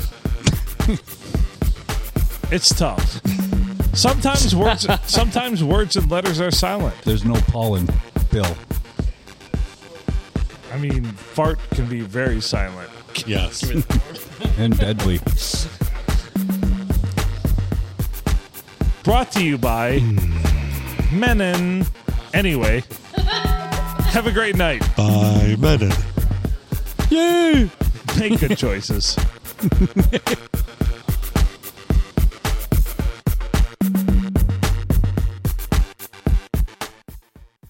C: It's tough. Sometimes words. sometimes words and letters are silent.
D: There's no Paul and Bill.
C: I mean, fart can be very silent.
A: Yes.
D: And Deadly.
C: Brought to you by Menon. Anyway, have a great night.
A: Bye, Menon.
C: Yay! Make good choices.